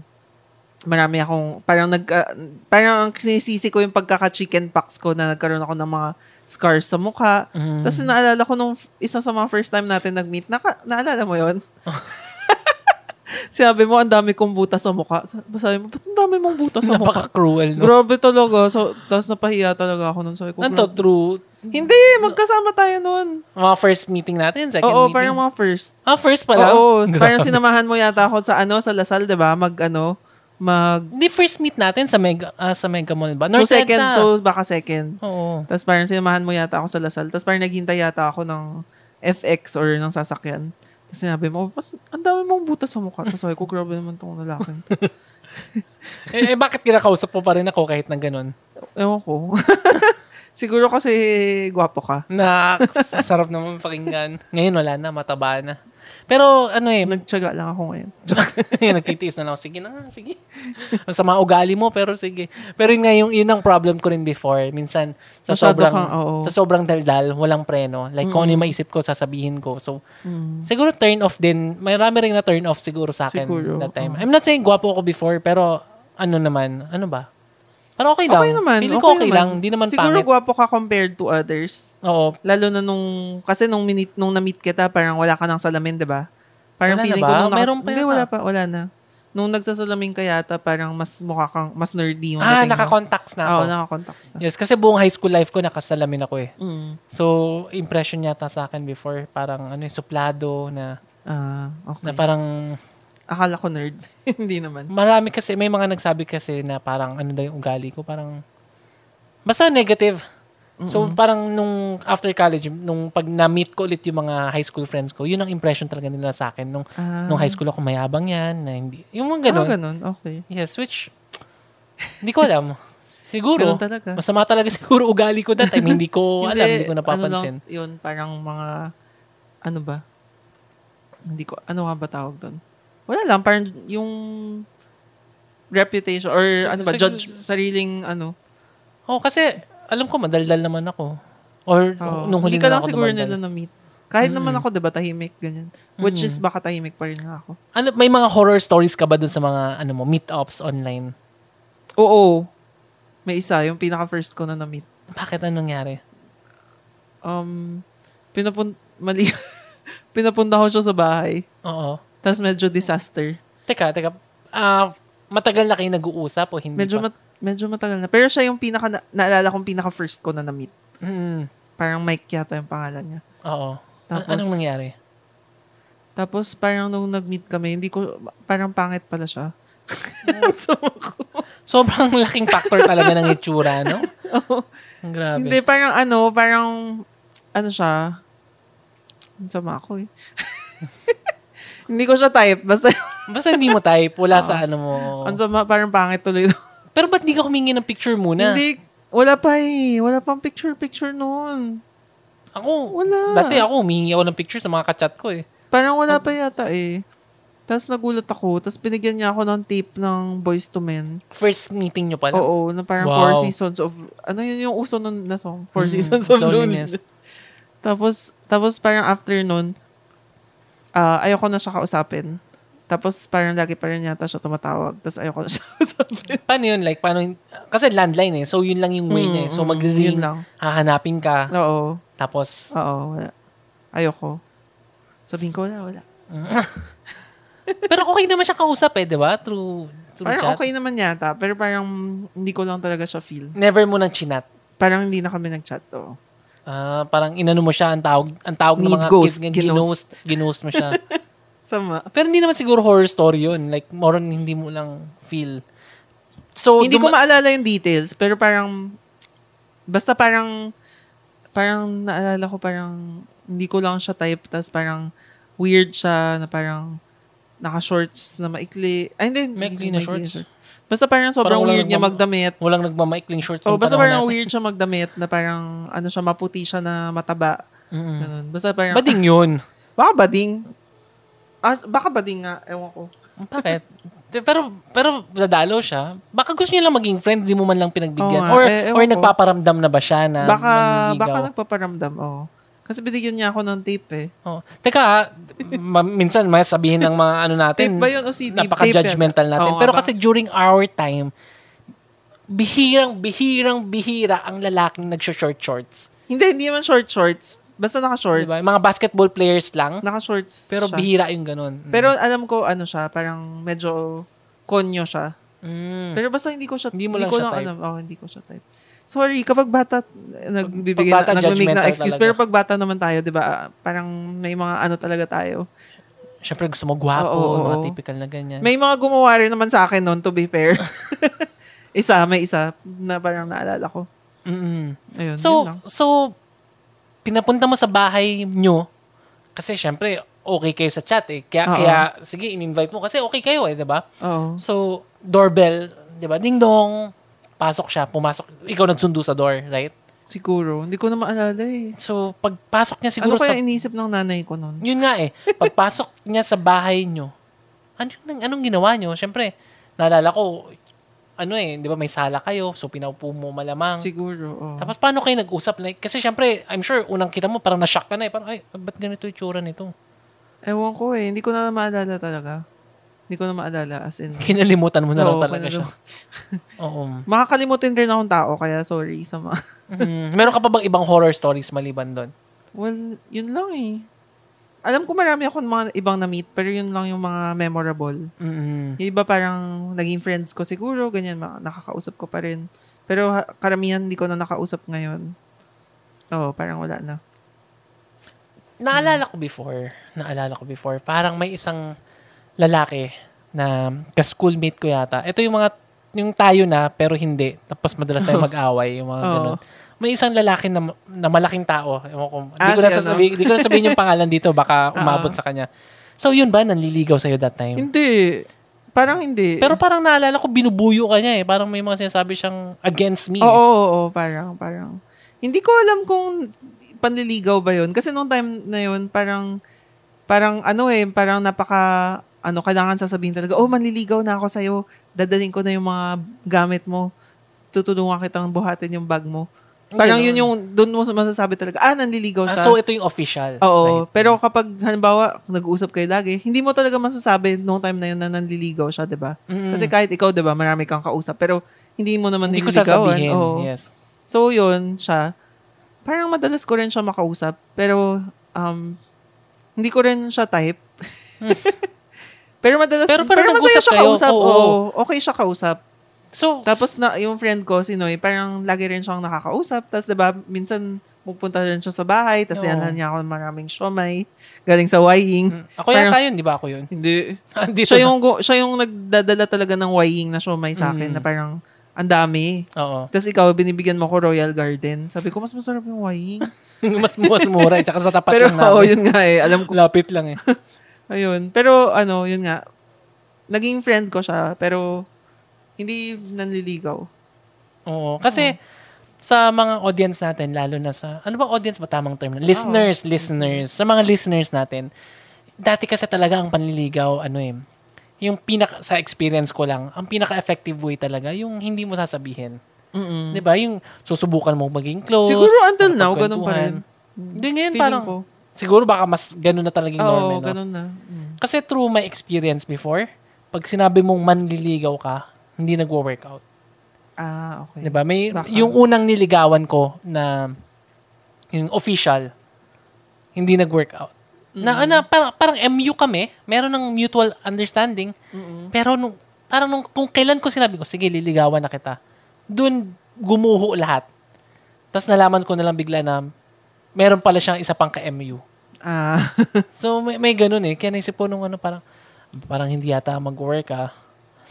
[SPEAKER 2] marami akong, parang nag, ah, parang ang sinisisi ko yung pagkaka-chicken pox ko na nagkaroon ako ng mga scars sa mukha.
[SPEAKER 1] Mm.
[SPEAKER 2] Tapos naalala ko nung f- isa sa mga first time natin nag-meet, naka, naalala mo yon Sabi mo, ang dami kong butas sa mukha. Sa- Sabi mo, ba't ang dami mong butas sa mukha?
[SPEAKER 1] Napaka-cruel, no?
[SPEAKER 2] Grabe talaga. So, tapos napahiya talaga ako nun. Sabi ko,
[SPEAKER 1] Nanto,
[SPEAKER 2] "Grabe."
[SPEAKER 1] true.
[SPEAKER 2] Hindi, magkasama tayo nun.
[SPEAKER 1] Mga first meeting natin, second
[SPEAKER 2] Oo,
[SPEAKER 1] meeting.
[SPEAKER 2] parang mga first.
[SPEAKER 1] ah, first pala?
[SPEAKER 2] Oo,
[SPEAKER 1] Grabe.
[SPEAKER 2] parang sinamahan mo yata ako sa ano, sa Lasal, 'di ba? Mag ano, mag
[SPEAKER 1] Hindi, first meet natin sa Mega, ah, sa Mega Mall ba?
[SPEAKER 2] so
[SPEAKER 1] North
[SPEAKER 2] second,
[SPEAKER 1] Edsa.
[SPEAKER 2] so baka second.
[SPEAKER 1] Oo.
[SPEAKER 2] Tapos parang sinamahan mo yata ako sa Lasal. Tapos parang naghintay yata ako ng FX or ng sasakyan. Tapos sinabi mo, "Ba't ang dami mong butas sa mukha. Tapos sabi ko, grabe naman tong lalaking. to."
[SPEAKER 1] eh, eh, bakit kinakausap mo pa rin ako kahit na ganun?
[SPEAKER 2] Ewan ko. Siguro kasi gwapo ka.
[SPEAKER 1] Na, sarap naman pakinggan. Ngayon wala na, mataba na. Pero ano eh,
[SPEAKER 2] Nagtsaga lang ako ngayon.
[SPEAKER 1] nagtitiis na lang. ako, Sige na nga, sige. Masama ugali mo, pero sige. Pero yun nga yung, yun ang problem ko rin before. Minsan, sa
[SPEAKER 2] Masyado
[SPEAKER 1] sobrang,
[SPEAKER 2] kang- oo. Mm.
[SPEAKER 1] sa sobrang daldal, walang preno. Like, kung ano yung maisip ko, sasabihin ko. So, siguro turn off din. May rami rin na turn off siguro sa akin
[SPEAKER 2] Siguro,
[SPEAKER 1] that time. I'm not saying gwapo ako before, pero ano naman, ano ba? Parang okay lang.
[SPEAKER 2] Okay naman.
[SPEAKER 1] Feeling ko okay lang. Hindi naman
[SPEAKER 2] Siguro
[SPEAKER 1] pangit.
[SPEAKER 2] gwapo ka compared to others.
[SPEAKER 1] Oo.
[SPEAKER 2] Lalo na nung, kasi nung, minit, nung na-meet kita, parang wala ka ng salamin, di ba? Parang
[SPEAKER 1] Wala na
[SPEAKER 2] feeling
[SPEAKER 1] ba?
[SPEAKER 2] ko nung nakas-
[SPEAKER 1] Meron pa
[SPEAKER 2] Hindi,
[SPEAKER 1] yata.
[SPEAKER 2] wala pa, wala na. Nung nagsasalamin ka yata, parang mas mukha kang, mas nerdy yung
[SPEAKER 1] Ah,
[SPEAKER 2] dating mo.
[SPEAKER 1] nakakontacts na ako.
[SPEAKER 2] Oo, nakakontacts ka.
[SPEAKER 1] Yes, kasi buong high school life ko nakasalamin ako eh.
[SPEAKER 2] Mm.
[SPEAKER 1] So, impression yata sa akin before, parang ano, eh, suplado na
[SPEAKER 2] Ah, okay.
[SPEAKER 1] Na parang,
[SPEAKER 2] Akala ko nerd. Hindi naman.
[SPEAKER 1] marami kasi, may mga nagsabi kasi na parang ano daw yung ugali ko, parang, basta negative. So parang nung after college, nung pag na-meet ko ulit yung mga high school friends ko, yun ang impression talaga nila sa akin. Nung,
[SPEAKER 2] Ah,
[SPEAKER 1] nung high school ako, mayabang yan, na hindi, yung
[SPEAKER 2] ah,
[SPEAKER 1] mga ganun.
[SPEAKER 2] ganun. Okay.
[SPEAKER 1] Yes, which, hindi ko alam. Siguro,
[SPEAKER 2] Ganun talaga.
[SPEAKER 1] masama talaga siguro ugali ko that time. Hindi ko alam, hindi ko napapansin.
[SPEAKER 2] Ano lang, yun, parang mga, ano ba? Hindi ko, ano nga ba tawag doon? Wala lang, parang yung reputation or
[SPEAKER 1] Sig-
[SPEAKER 2] ano ba,
[SPEAKER 1] sig-
[SPEAKER 2] judge, sariling ano.
[SPEAKER 1] Oh, kasi alam ko, madaldal naman ako. Or
[SPEAKER 2] Oo.
[SPEAKER 1] nung huli
[SPEAKER 2] Hindi ka
[SPEAKER 1] na
[SPEAKER 2] lang
[SPEAKER 1] ako
[SPEAKER 2] siguro
[SPEAKER 1] dumaldal.
[SPEAKER 2] nila na-meet. Kahit naman
[SPEAKER 1] Mm-mm.
[SPEAKER 2] ako, diba, tahimik, ganyan. Which is, baka tahimik pa rin nga ako.
[SPEAKER 1] Ano, may mga horror stories ka ba dun sa mga ano mo meetups online?
[SPEAKER 2] Oo. May isa, yung pinaka-first ko na na-meet.
[SPEAKER 1] Bakit anong nangyari?
[SPEAKER 2] Um, pinapun... Mali. pinapunta ko siya sa bahay.
[SPEAKER 1] Oo.
[SPEAKER 2] Tapos medyo disaster.
[SPEAKER 1] Teka, teka. Ah, matagal na kayo nag-uusap o hindi
[SPEAKER 2] Medyo,
[SPEAKER 1] pa?
[SPEAKER 2] mat- medyo matagal na. Pero siya yung pinaka... Na- naalala kong pinaka-first ko na na-meet.
[SPEAKER 1] Mm,
[SPEAKER 2] Parang Mike yata yung pangalan niya.
[SPEAKER 1] oo. A-
[SPEAKER 2] Tapos-
[SPEAKER 1] anong nangyari?
[SPEAKER 2] Tapos parang nung nag-meet kami, hindi ko... Parang pangit pala siya. Ang sama ko.
[SPEAKER 1] Sobrang laking factor talaga ng itsura, no?
[SPEAKER 2] Oo.
[SPEAKER 1] Ang Grabe.
[SPEAKER 2] Hindi, parang ano, parang, ano siya, ang sama ako eh. Hindi ko siya type. Basta,
[SPEAKER 1] Basta hindi mo type, wala sa ano mo.
[SPEAKER 2] ang sama, parang pangit tuloy.
[SPEAKER 1] Pero ba't di ka humingi ng picture muna?
[SPEAKER 2] Hindi, wala pa eh. Wala pang picture-picture noon.
[SPEAKER 1] Ako,
[SPEAKER 2] Wala.
[SPEAKER 1] dati ako, humingi ako ng picture sa mga kachat ko eh.
[SPEAKER 2] Parang wala pa yata eh. Tapos nagulat ako. Tapos binigyan niya ako ng tape ng Boys to Men.
[SPEAKER 1] First meeting nyo pala.
[SPEAKER 2] Oo, na parang
[SPEAKER 1] Wow.
[SPEAKER 2] Four Seasons of... Ano yun yung uso nun na song? Four
[SPEAKER 1] Mm,
[SPEAKER 2] Seasons of
[SPEAKER 1] Loneliness.
[SPEAKER 2] Loneliness. Tapos, tapos parang after nun, ah, ayoko na siya kausapin. Tapos parang lagi pa rin yata siya tumatawag. Tapos ayoko na siya kausapin.
[SPEAKER 1] Paano yun? Like, paano yun? Kasi landline eh. So, yun lang yung way niya eh. So,
[SPEAKER 2] Mm, mm,
[SPEAKER 1] magre-ring,
[SPEAKER 2] yun lang.
[SPEAKER 1] hahanapin ka.
[SPEAKER 2] Oo.
[SPEAKER 1] Tapos,
[SPEAKER 2] Oo, wala. Ayoko. Sabihin ko, wala, wala.
[SPEAKER 1] pero okay naman siya kausap eh, di ba? Through, through chat.
[SPEAKER 2] Parang okay naman yata. Pero parang hindi ko lang talaga siya feel.
[SPEAKER 1] Never mo nang chinat.
[SPEAKER 2] Parang hindi na kami nag-chat. Oo.
[SPEAKER 1] Ah, parang inano mo siya, ang tawag, ang tawag ng
[SPEAKER 2] Need
[SPEAKER 1] mga
[SPEAKER 2] ghost,
[SPEAKER 1] kids, ginost,
[SPEAKER 2] ginost.
[SPEAKER 1] ginost mo siya.
[SPEAKER 2] Sama.
[SPEAKER 1] Pero hindi naman siguro horror story yun. Like, more on hindi mo lang feel. So,
[SPEAKER 2] hindi ko
[SPEAKER 1] duma-
[SPEAKER 2] maalala yung details, pero parang, basta parang, parang naalala ko parang, hindi ko lang siya type, tas parang, weird siya, na parang, naka-shorts na maikli. Ay, hindi. hindi
[SPEAKER 1] Maikli na shorts?
[SPEAKER 2] Basta parang sobrang
[SPEAKER 1] Parang wala
[SPEAKER 2] weird niya
[SPEAKER 1] namang-
[SPEAKER 2] magdamit.
[SPEAKER 1] walang nagmamaikling shorts.
[SPEAKER 2] Oh,
[SPEAKER 1] nung panahon
[SPEAKER 2] basta parang
[SPEAKER 1] natin.
[SPEAKER 2] weird siya magdamit na parang, ano siya, maputi siya na mataba.
[SPEAKER 1] Mm-mm.
[SPEAKER 2] Ganun. Basta parang,
[SPEAKER 1] Bading yun.
[SPEAKER 2] baka bading. Ah, baka bading nga, ewan ko.
[SPEAKER 1] Bakit? Te- pero pero dadalo siya. Baka gusto niya lang maging friend, di mo man lang pinagbigyan.
[SPEAKER 2] Oo nga.
[SPEAKER 1] or
[SPEAKER 2] Eh,
[SPEAKER 1] or
[SPEAKER 2] ewan ko.
[SPEAKER 1] nagpaparamdam na ba siya na
[SPEAKER 2] Baka,
[SPEAKER 1] manliligaw?
[SPEAKER 2] baka nagpaparamdam, oh. Kasi binigyan niya ako ng tape eh.
[SPEAKER 1] Oo. Teka, ha, ma- minsan may sabihin ng mga ano natin,
[SPEAKER 2] Tape ba yun o CD?
[SPEAKER 1] napaka-judgmental
[SPEAKER 2] Tape yan.
[SPEAKER 1] natin.
[SPEAKER 2] Oo nga,
[SPEAKER 1] pero
[SPEAKER 2] baka-
[SPEAKER 1] kasi during our time, bihirang, bihirang, bihira ang lalaking nagsho-short shorts.
[SPEAKER 2] Hindi, hindi man short shorts. Basta naka-shorts.
[SPEAKER 1] Diba? Mga basketball players lang,
[SPEAKER 2] Naka-shorts
[SPEAKER 1] pero
[SPEAKER 2] siya.
[SPEAKER 1] bihira yung ganun. Mm.
[SPEAKER 2] Pero alam ko, ano siya, parang medyo konyo siya.
[SPEAKER 1] Mm.
[SPEAKER 2] Pero basta hindi ko siya,
[SPEAKER 1] Hindi mo lang
[SPEAKER 2] ko
[SPEAKER 1] siya
[SPEAKER 2] lang
[SPEAKER 1] type.
[SPEAKER 2] alam. Oo, hindi ko siya type. Sorry, kapag bata, nagbibigay
[SPEAKER 1] pag bata,
[SPEAKER 2] na, nagmamig
[SPEAKER 1] judgmental
[SPEAKER 2] na excuse.
[SPEAKER 1] talaga.
[SPEAKER 2] Pero pag bata naman tayo, di ba, ah, parang may mga ano talaga tayo.
[SPEAKER 1] Siyempre gusto mo gwapo,
[SPEAKER 2] Oo, oo,
[SPEAKER 1] mga
[SPEAKER 2] oo.
[SPEAKER 1] typical na ganyan.
[SPEAKER 2] May mga gumawa rin naman sa akin noon, to be fair. isa, may isa na parang naalala ko.
[SPEAKER 1] Mm-mm.
[SPEAKER 2] Ayun, yun
[SPEAKER 1] So,
[SPEAKER 2] lang.
[SPEAKER 1] so, pinapunta mo sa bahay nyo, kasi syempre, okay kayo sa chat eh. Kaya,
[SPEAKER 2] Oo.
[SPEAKER 1] kaya sige, in-invite mo. Kasi okay kayo eh, di ba?
[SPEAKER 2] Oo.
[SPEAKER 1] So, doorbell, di ba? Ding-dong! Pasok siya, pumasok. Ikaw nagsundo sa door, right?
[SPEAKER 2] Siguro. Hindi ko na maalala eh.
[SPEAKER 1] So, pagpasok niya siguro
[SPEAKER 2] ano
[SPEAKER 1] sa...
[SPEAKER 2] kaya iniisip ng nanay ko noon?
[SPEAKER 1] Yun nga eh. Pagpasok niya sa bahay nyo, ano, anong, anong ginawa nyo? Syempre, naalala ko, ano eh, di ba may sala kayo, so pinaupo mo malamang.
[SPEAKER 2] Siguro, oo.
[SPEAKER 1] Mm. Tapos paano kayo nag-usap? Like, kasi syempre, I'm sure, unang kita mo, parang na-shock ka na eh. Parang, ay, ba't ganito yung tsura nito?
[SPEAKER 2] Ewan ko eh. Hindi ko na maalala talaga. Hindi ko na maalala. As in,
[SPEAKER 1] Kinalimutan mo na
[SPEAKER 2] Oo,
[SPEAKER 1] raw talaga siya. Oo.
[SPEAKER 2] makakalimutin rin akong tao. Kaya sorry sa mga...
[SPEAKER 1] Mhm. Meron ka pa bang ibang horror stories maliban doon?
[SPEAKER 2] Well, yun lang eh. Alam ko marami akong mga ibang na-meet, pero yun lang yung mga memorable.
[SPEAKER 1] mm
[SPEAKER 2] Yung iba parang naging friends ko siguro, ganyan, mga nakakausap ko pa rin. Pero ha- karamihan hindi ko na nakausap ngayon. Oo, parang wala na.
[SPEAKER 1] Naalala ko before, naalala ko before, parang may isang lalaki na ka-schoolmate ko yata. Ito yung mga, yung tayo na, pero hindi. Tapos madalas tayo mag-away, yung mga
[SPEAKER 2] Oo.
[SPEAKER 1] ganun. May isang lalaki na, na malaking tao. Ewan ko, Hindi
[SPEAKER 2] Ah,
[SPEAKER 1] ko na
[SPEAKER 2] si ano?
[SPEAKER 1] sasabihin, hindi ko na sabihin yung pangalan dito, baka umabot sa kanya. So yun ba, nanliligaw sa'yo that time?
[SPEAKER 2] Hindi. Parang hindi.
[SPEAKER 1] Pero parang naalala ko, binubuyo ka niya eh. Parang may mga sinasabi siyang against me. eh.
[SPEAKER 2] Oo, oo, oo, parang, parang. Hindi ko alam kung panliligaw ba yun. Kasi nung time na yun, parang, parang ano eh, parang napaka, ano, kailangan sasabihin talaga, oh, manliligaw na ako sa'yo. Dadaling ko na yung mga gamit mo. Tutulungan kitang buhatin yung bag mo. Parang yun yung, doon mo masasabi talaga, ah, nanliligaw
[SPEAKER 1] Ah,
[SPEAKER 2] siya.
[SPEAKER 1] so ito yung official.
[SPEAKER 2] Oo.
[SPEAKER 1] Right.
[SPEAKER 2] Pero kapag, halimbawa, nag-uusap kayo lagi, hindi mo talaga masasabi nung time na yun na nanliligaw siya, di ba?
[SPEAKER 1] Mm.
[SPEAKER 2] Kasi kahit ikaw, di ba, marami kang kausap. Pero, hindi mo naman
[SPEAKER 1] Hindi ko
[SPEAKER 2] nililigawan.
[SPEAKER 1] sasabihin.
[SPEAKER 2] Oo.
[SPEAKER 1] Yes.
[SPEAKER 2] So, yun siya. Parang madalas ko rin siya makausap. Pero, um, hindi ko rin siya type. pero madalas,
[SPEAKER 1] Hmm. Pero-
[SPEAKER 2] pero,
[SPEAKER 1] pero
[SPEAKER 2] masaya
[SPEAKER 1] nag-usap
[SPEAKER 2] siya
[SPEAKER 1] kayo.
[SPEAKER 2] kausap.
[SPEAKER 1] Oo,
[SPEAKER 2] Oo, okay siya kausap.
[SPEAKER 1] So,
[SPEAKER 2] Tapos, na, yung friend ko, si Noy, parang lagi rin siyang nakakausap. Tapos, diba, minsan, pupunta rin siya sa bahay. Tapos,
[SPEAKER 1] Oo. Hmm.
[SPEAKER 2] yan niya ako ng maraming siomay. Galing sa Waying.
[SPEAKER 1] Mm. ako yata
[SPEAKER 2] parang-
[SPEAKER 1] yun, di ba ako yun?
[SPEAKER 2] Hindi.
[SPEAKER 1] Dito
[SPEAKER 2] Siya yung, gu- siya yung nagdadala talaga ng Waying na siomay sa akin.
[SPEAKER 1] Mm.
[SPEAKER 2] Na parang, ang dami.
[SPEAKER 1] Oo.
[SPEAKER 2] Tapos ikaw, binibigyan mo ko Royal Garden. Sabi ko, mas masarap yung wine.
[SPEAKER 1] mas, mas mura. eh, Tsaka sa tapat
[SPEAKER 2] Pero
[SPEAKER 1] lang namin.
[SPEAKER 2] oo, yun nga eh. Alam ko.
[SPEAKER 1] Lapit lang eh.
[SPEAKER 2] Ayun. Pero ano, yun nga. Naging friend ko siya, pero hindi nanliligaw.
[SPEAKER 1] Oo. Kasi, sa mga audience natin, lalo na sa, ano ba audience ba tamang term? na? Listeners, listeners. Sa mga listeners natin, dati kasi talaga ang panliligaw, ano eh, yung pinaka, sa experience ko lang, ang pinaka-effective way talaga, yung hindi mo sasabihin.
[SPEAKER 2] Mm-mm.
[SPEAKER 1] Di ba? Yung susubukan mo maging close.
[SPEAKER 2] Hmm. Siguro until now, ganun pa
[SPEAKER 1] makapagkwentuhan.
[SPEAKER 2] rin.
[SPEAKER 1] Hindi ngayon
[SPEAKER 2] Feeling
[SPEAKER 1] parang,
[SPEAKER 2] ko.
[SPEAKER 1] siguro baka mas ganun na talaga yung
[SPEAKER 2] Oo,
[SPEAKER 1] norm. eh, no?
[SPEAKER 2] ganun na. Mm.
[SPEAKER 1] Kasi through my experience before, pag sinabi mong manliligaw ka, hindi nagwo-workout.
[SPEAKER 2] Ah, okay.
[SPEAKER 1] 'Di ba? May
[SPEAKER 2] Baka.
[SPEAKER 1] yung unang niligawan ko na yung official hindi nag-workout. Na, na parang, parang MU kami, meron ng mutual understanding.
[SPEAKER 2] Mm-mm.
[SPEAKER 1] Pero nung parang nung kung kailan ko sinabi ko, sige liligawan na kita. Doon gumuho lahat. Tapos nalaman ko na lang bigla na meron pala siyang isa pang ka-MU.
[SPEAKER 2] Ah,
[SPEAKER 1] So may, may ganun eh. Kaya naisip ko nung ano parang parang hindi yata mag-work ah.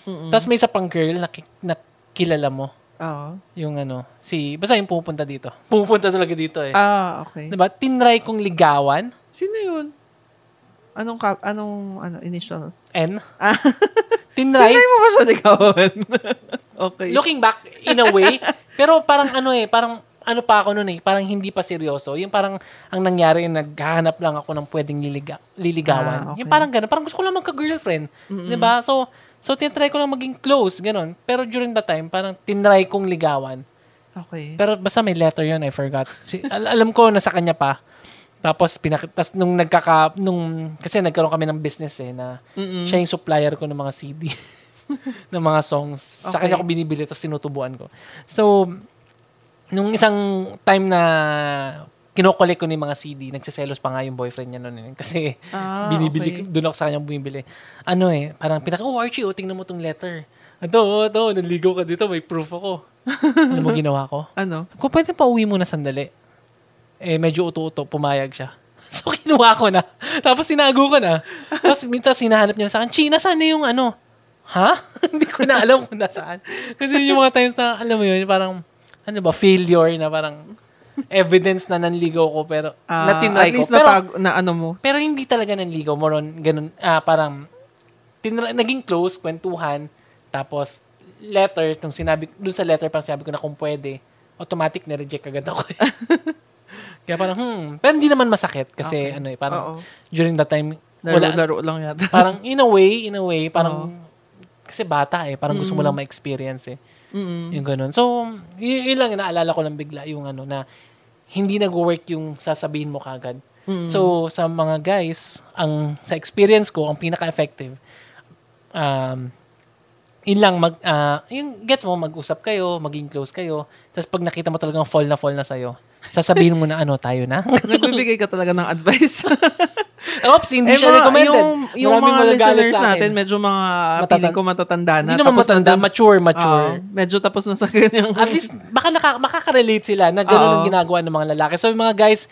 [SPEAKER 2] Mm-mm.
[SPEAKER 1] Tapos may isa pang girl na, ki- na kilala mo.
[SPEAKER 2] oo.
[SPEAKER 1] Yung ano, si, basta yung pupunta dito. Pupunta talaga dito eh.
[SPEAKER 2] Ah, okay.
[SPEAKER 1] diba? Tinry kong ligawan.
[SPEAKER 2] Sino yun? Anong, kap, anong ano, initial?
[SPEAKER 1] N.
[SPEAKER 2] Ah. Try
[SPEAKER 1] Tinry.
[SPEAKER 2] mo ba siya ligawan? okay.
[SPEAKER 1] Looking back, in a way. pero parang ano eh, parang ano pa ako noon eh, parang hindi pa seryoso. Yung parang ang nangyari, naghahanap lang ako ng pwedeng liliga, liligawan.
[SPEAKER 2] Ah, okay.
[SPEAKER 1] Yung parang gano'n. Parang gusto ko lang magka-girlfriend. Diba? So, so tinry ko lang maging close, gano'n. Pero during that time, parang tinry kong ligawan.
[SPEAKER 2] Okay.
[SPEAKER 1] Pero basta may letter yun, I forgot. Si, al- alam ko, nasa kanya pa. Tapos, pinak- tas nung nagkaka... Nung, kasi nagkaroon kami ng business eh, na
[SPEAKER 2] Mm-mm.
[SPEAKER 1] siya yung supplier ko ng mga CD. ng mga songs. Sa
[SPEAKER 2] Okay.
[SPEAKER 1] kanya ko binibili, tapos tinutubuan ko. So, nung isang time na kinokollect ko na yung mga CD, nagsiselos pa nga yung boyfriend niya noon. eh. Kasi
[SPEAKER 2] Ah,
[SPEAKER 1] binibili,
[SPEAKER 2] okay.
[SPEAKER 1] doon ako sa kanya bumibili. Ano eh, parang pinaka, oh Archie, oh, tingnan mo tong letter. Ito, oh, ito, naligaw ka dito, may proof ako. ano mo ginawa ko?
[SPEAKER 2] Ano?
[SPEAKER 1] Kung pwede pa uwi muna sandali. Eh, medyo uto-uto, pumayag siya. So, kinuha ko na. Tapos, sinago ko na. Tapos, mintas, hinahanap niya sa akin, China, saan na yung ano? Ha? Hindi ko na alam kung nasaan. Kasi yung mga times na, alam mo yun, parang, ano ba, failure na parang evidence na nanligaw ko, pero
[SPEAKER 2] Ah,
[SPEAKER 1] natinry
[SPEAKER 2] at
[SPEAKER 1] ko.
[SPEAKER 2] least
[SPEAKER 1] Pero,
[SPEAKER 2] natag- na ano mo.
[SPEAKER 1] pero hindi talaga nanligaw. More on, ganun, ah, parang, tinra- naging close, kwentuhan, tapos, letter, itong sinabi, dun sa letter, parang sinabi ko na kung pwede, automatic na-reject agad ako. eh. Kaya parang, hmm, pero hindi naman masakit kasi,
[SPEAKER 2] Okay.
[SPEAKER 1] ano eh, parang,
[SPEAKER 2] Oo.
[SPEAKER 1] during that time, wala,
[SPEAKER 2] Laro-laro lang yata.
[SPEAKER 1] parang, in a way, in a way, parang, kasi bata eh, parang
[SPEAKER 2] Mm.
[SPEAKER 1] gusto mo lang ma-experience eh.
[SPEAKER 2] Mm-mm.
[SPEAKER 1] Yung ganun. So, y- yun lang, naalala ko lang bigla yung ano na hindi nag-work yung sasabihin mo kagad. So, sa mga guys, ang sa experience ko, ang pinaka-effective, um, yun lang, mag, ah, yung gets mo, mag-usap kayo, maging close kayo, tapos pag nakita mo talagang fall na fall na sa'yo, sasabihin mo na ano, tayo na.
[SPEAKER 2] Nagbibigay ka talaga ng advice.
[SPEAKER 1] Oops, hindi
[SPEAKER 2] Eh,
[SPEAKER 1] siya
[SPEAKER 2] mga-
[SPEAKER 1] recommended.
[SPEAKER 2] Yung, yung
[SPEAKER 1] Maraming
[SPEAKER 2] mga
[SPEAKER 1] magagalit
[SPEAKER 2] listeners
[SPEAKER 1] sa akin.
[SPEAKER 2] natin, medyo mga
[SPEAKER 1] Matatan-
[SPEAKER 2] piling ko matatanda na.
[SPEAKER 1] hindi naman
[SPEAKER 2] Tapos
[SPEAKER 1] matanda,
[SPEAKER 2] nandun- Ah.
[SPEAKER 1] mature, Ah, mature.
[SPEAKER 2] Oo, medyo tapos na sa kanyang...
[SPEAKER 1] At least, baka naka, makaka-relate sila na gano'n
[SPEAKER 2] Oo.
[SPEAKER 1] ang ginagawa ng mga lalaki. So, yung mga guys,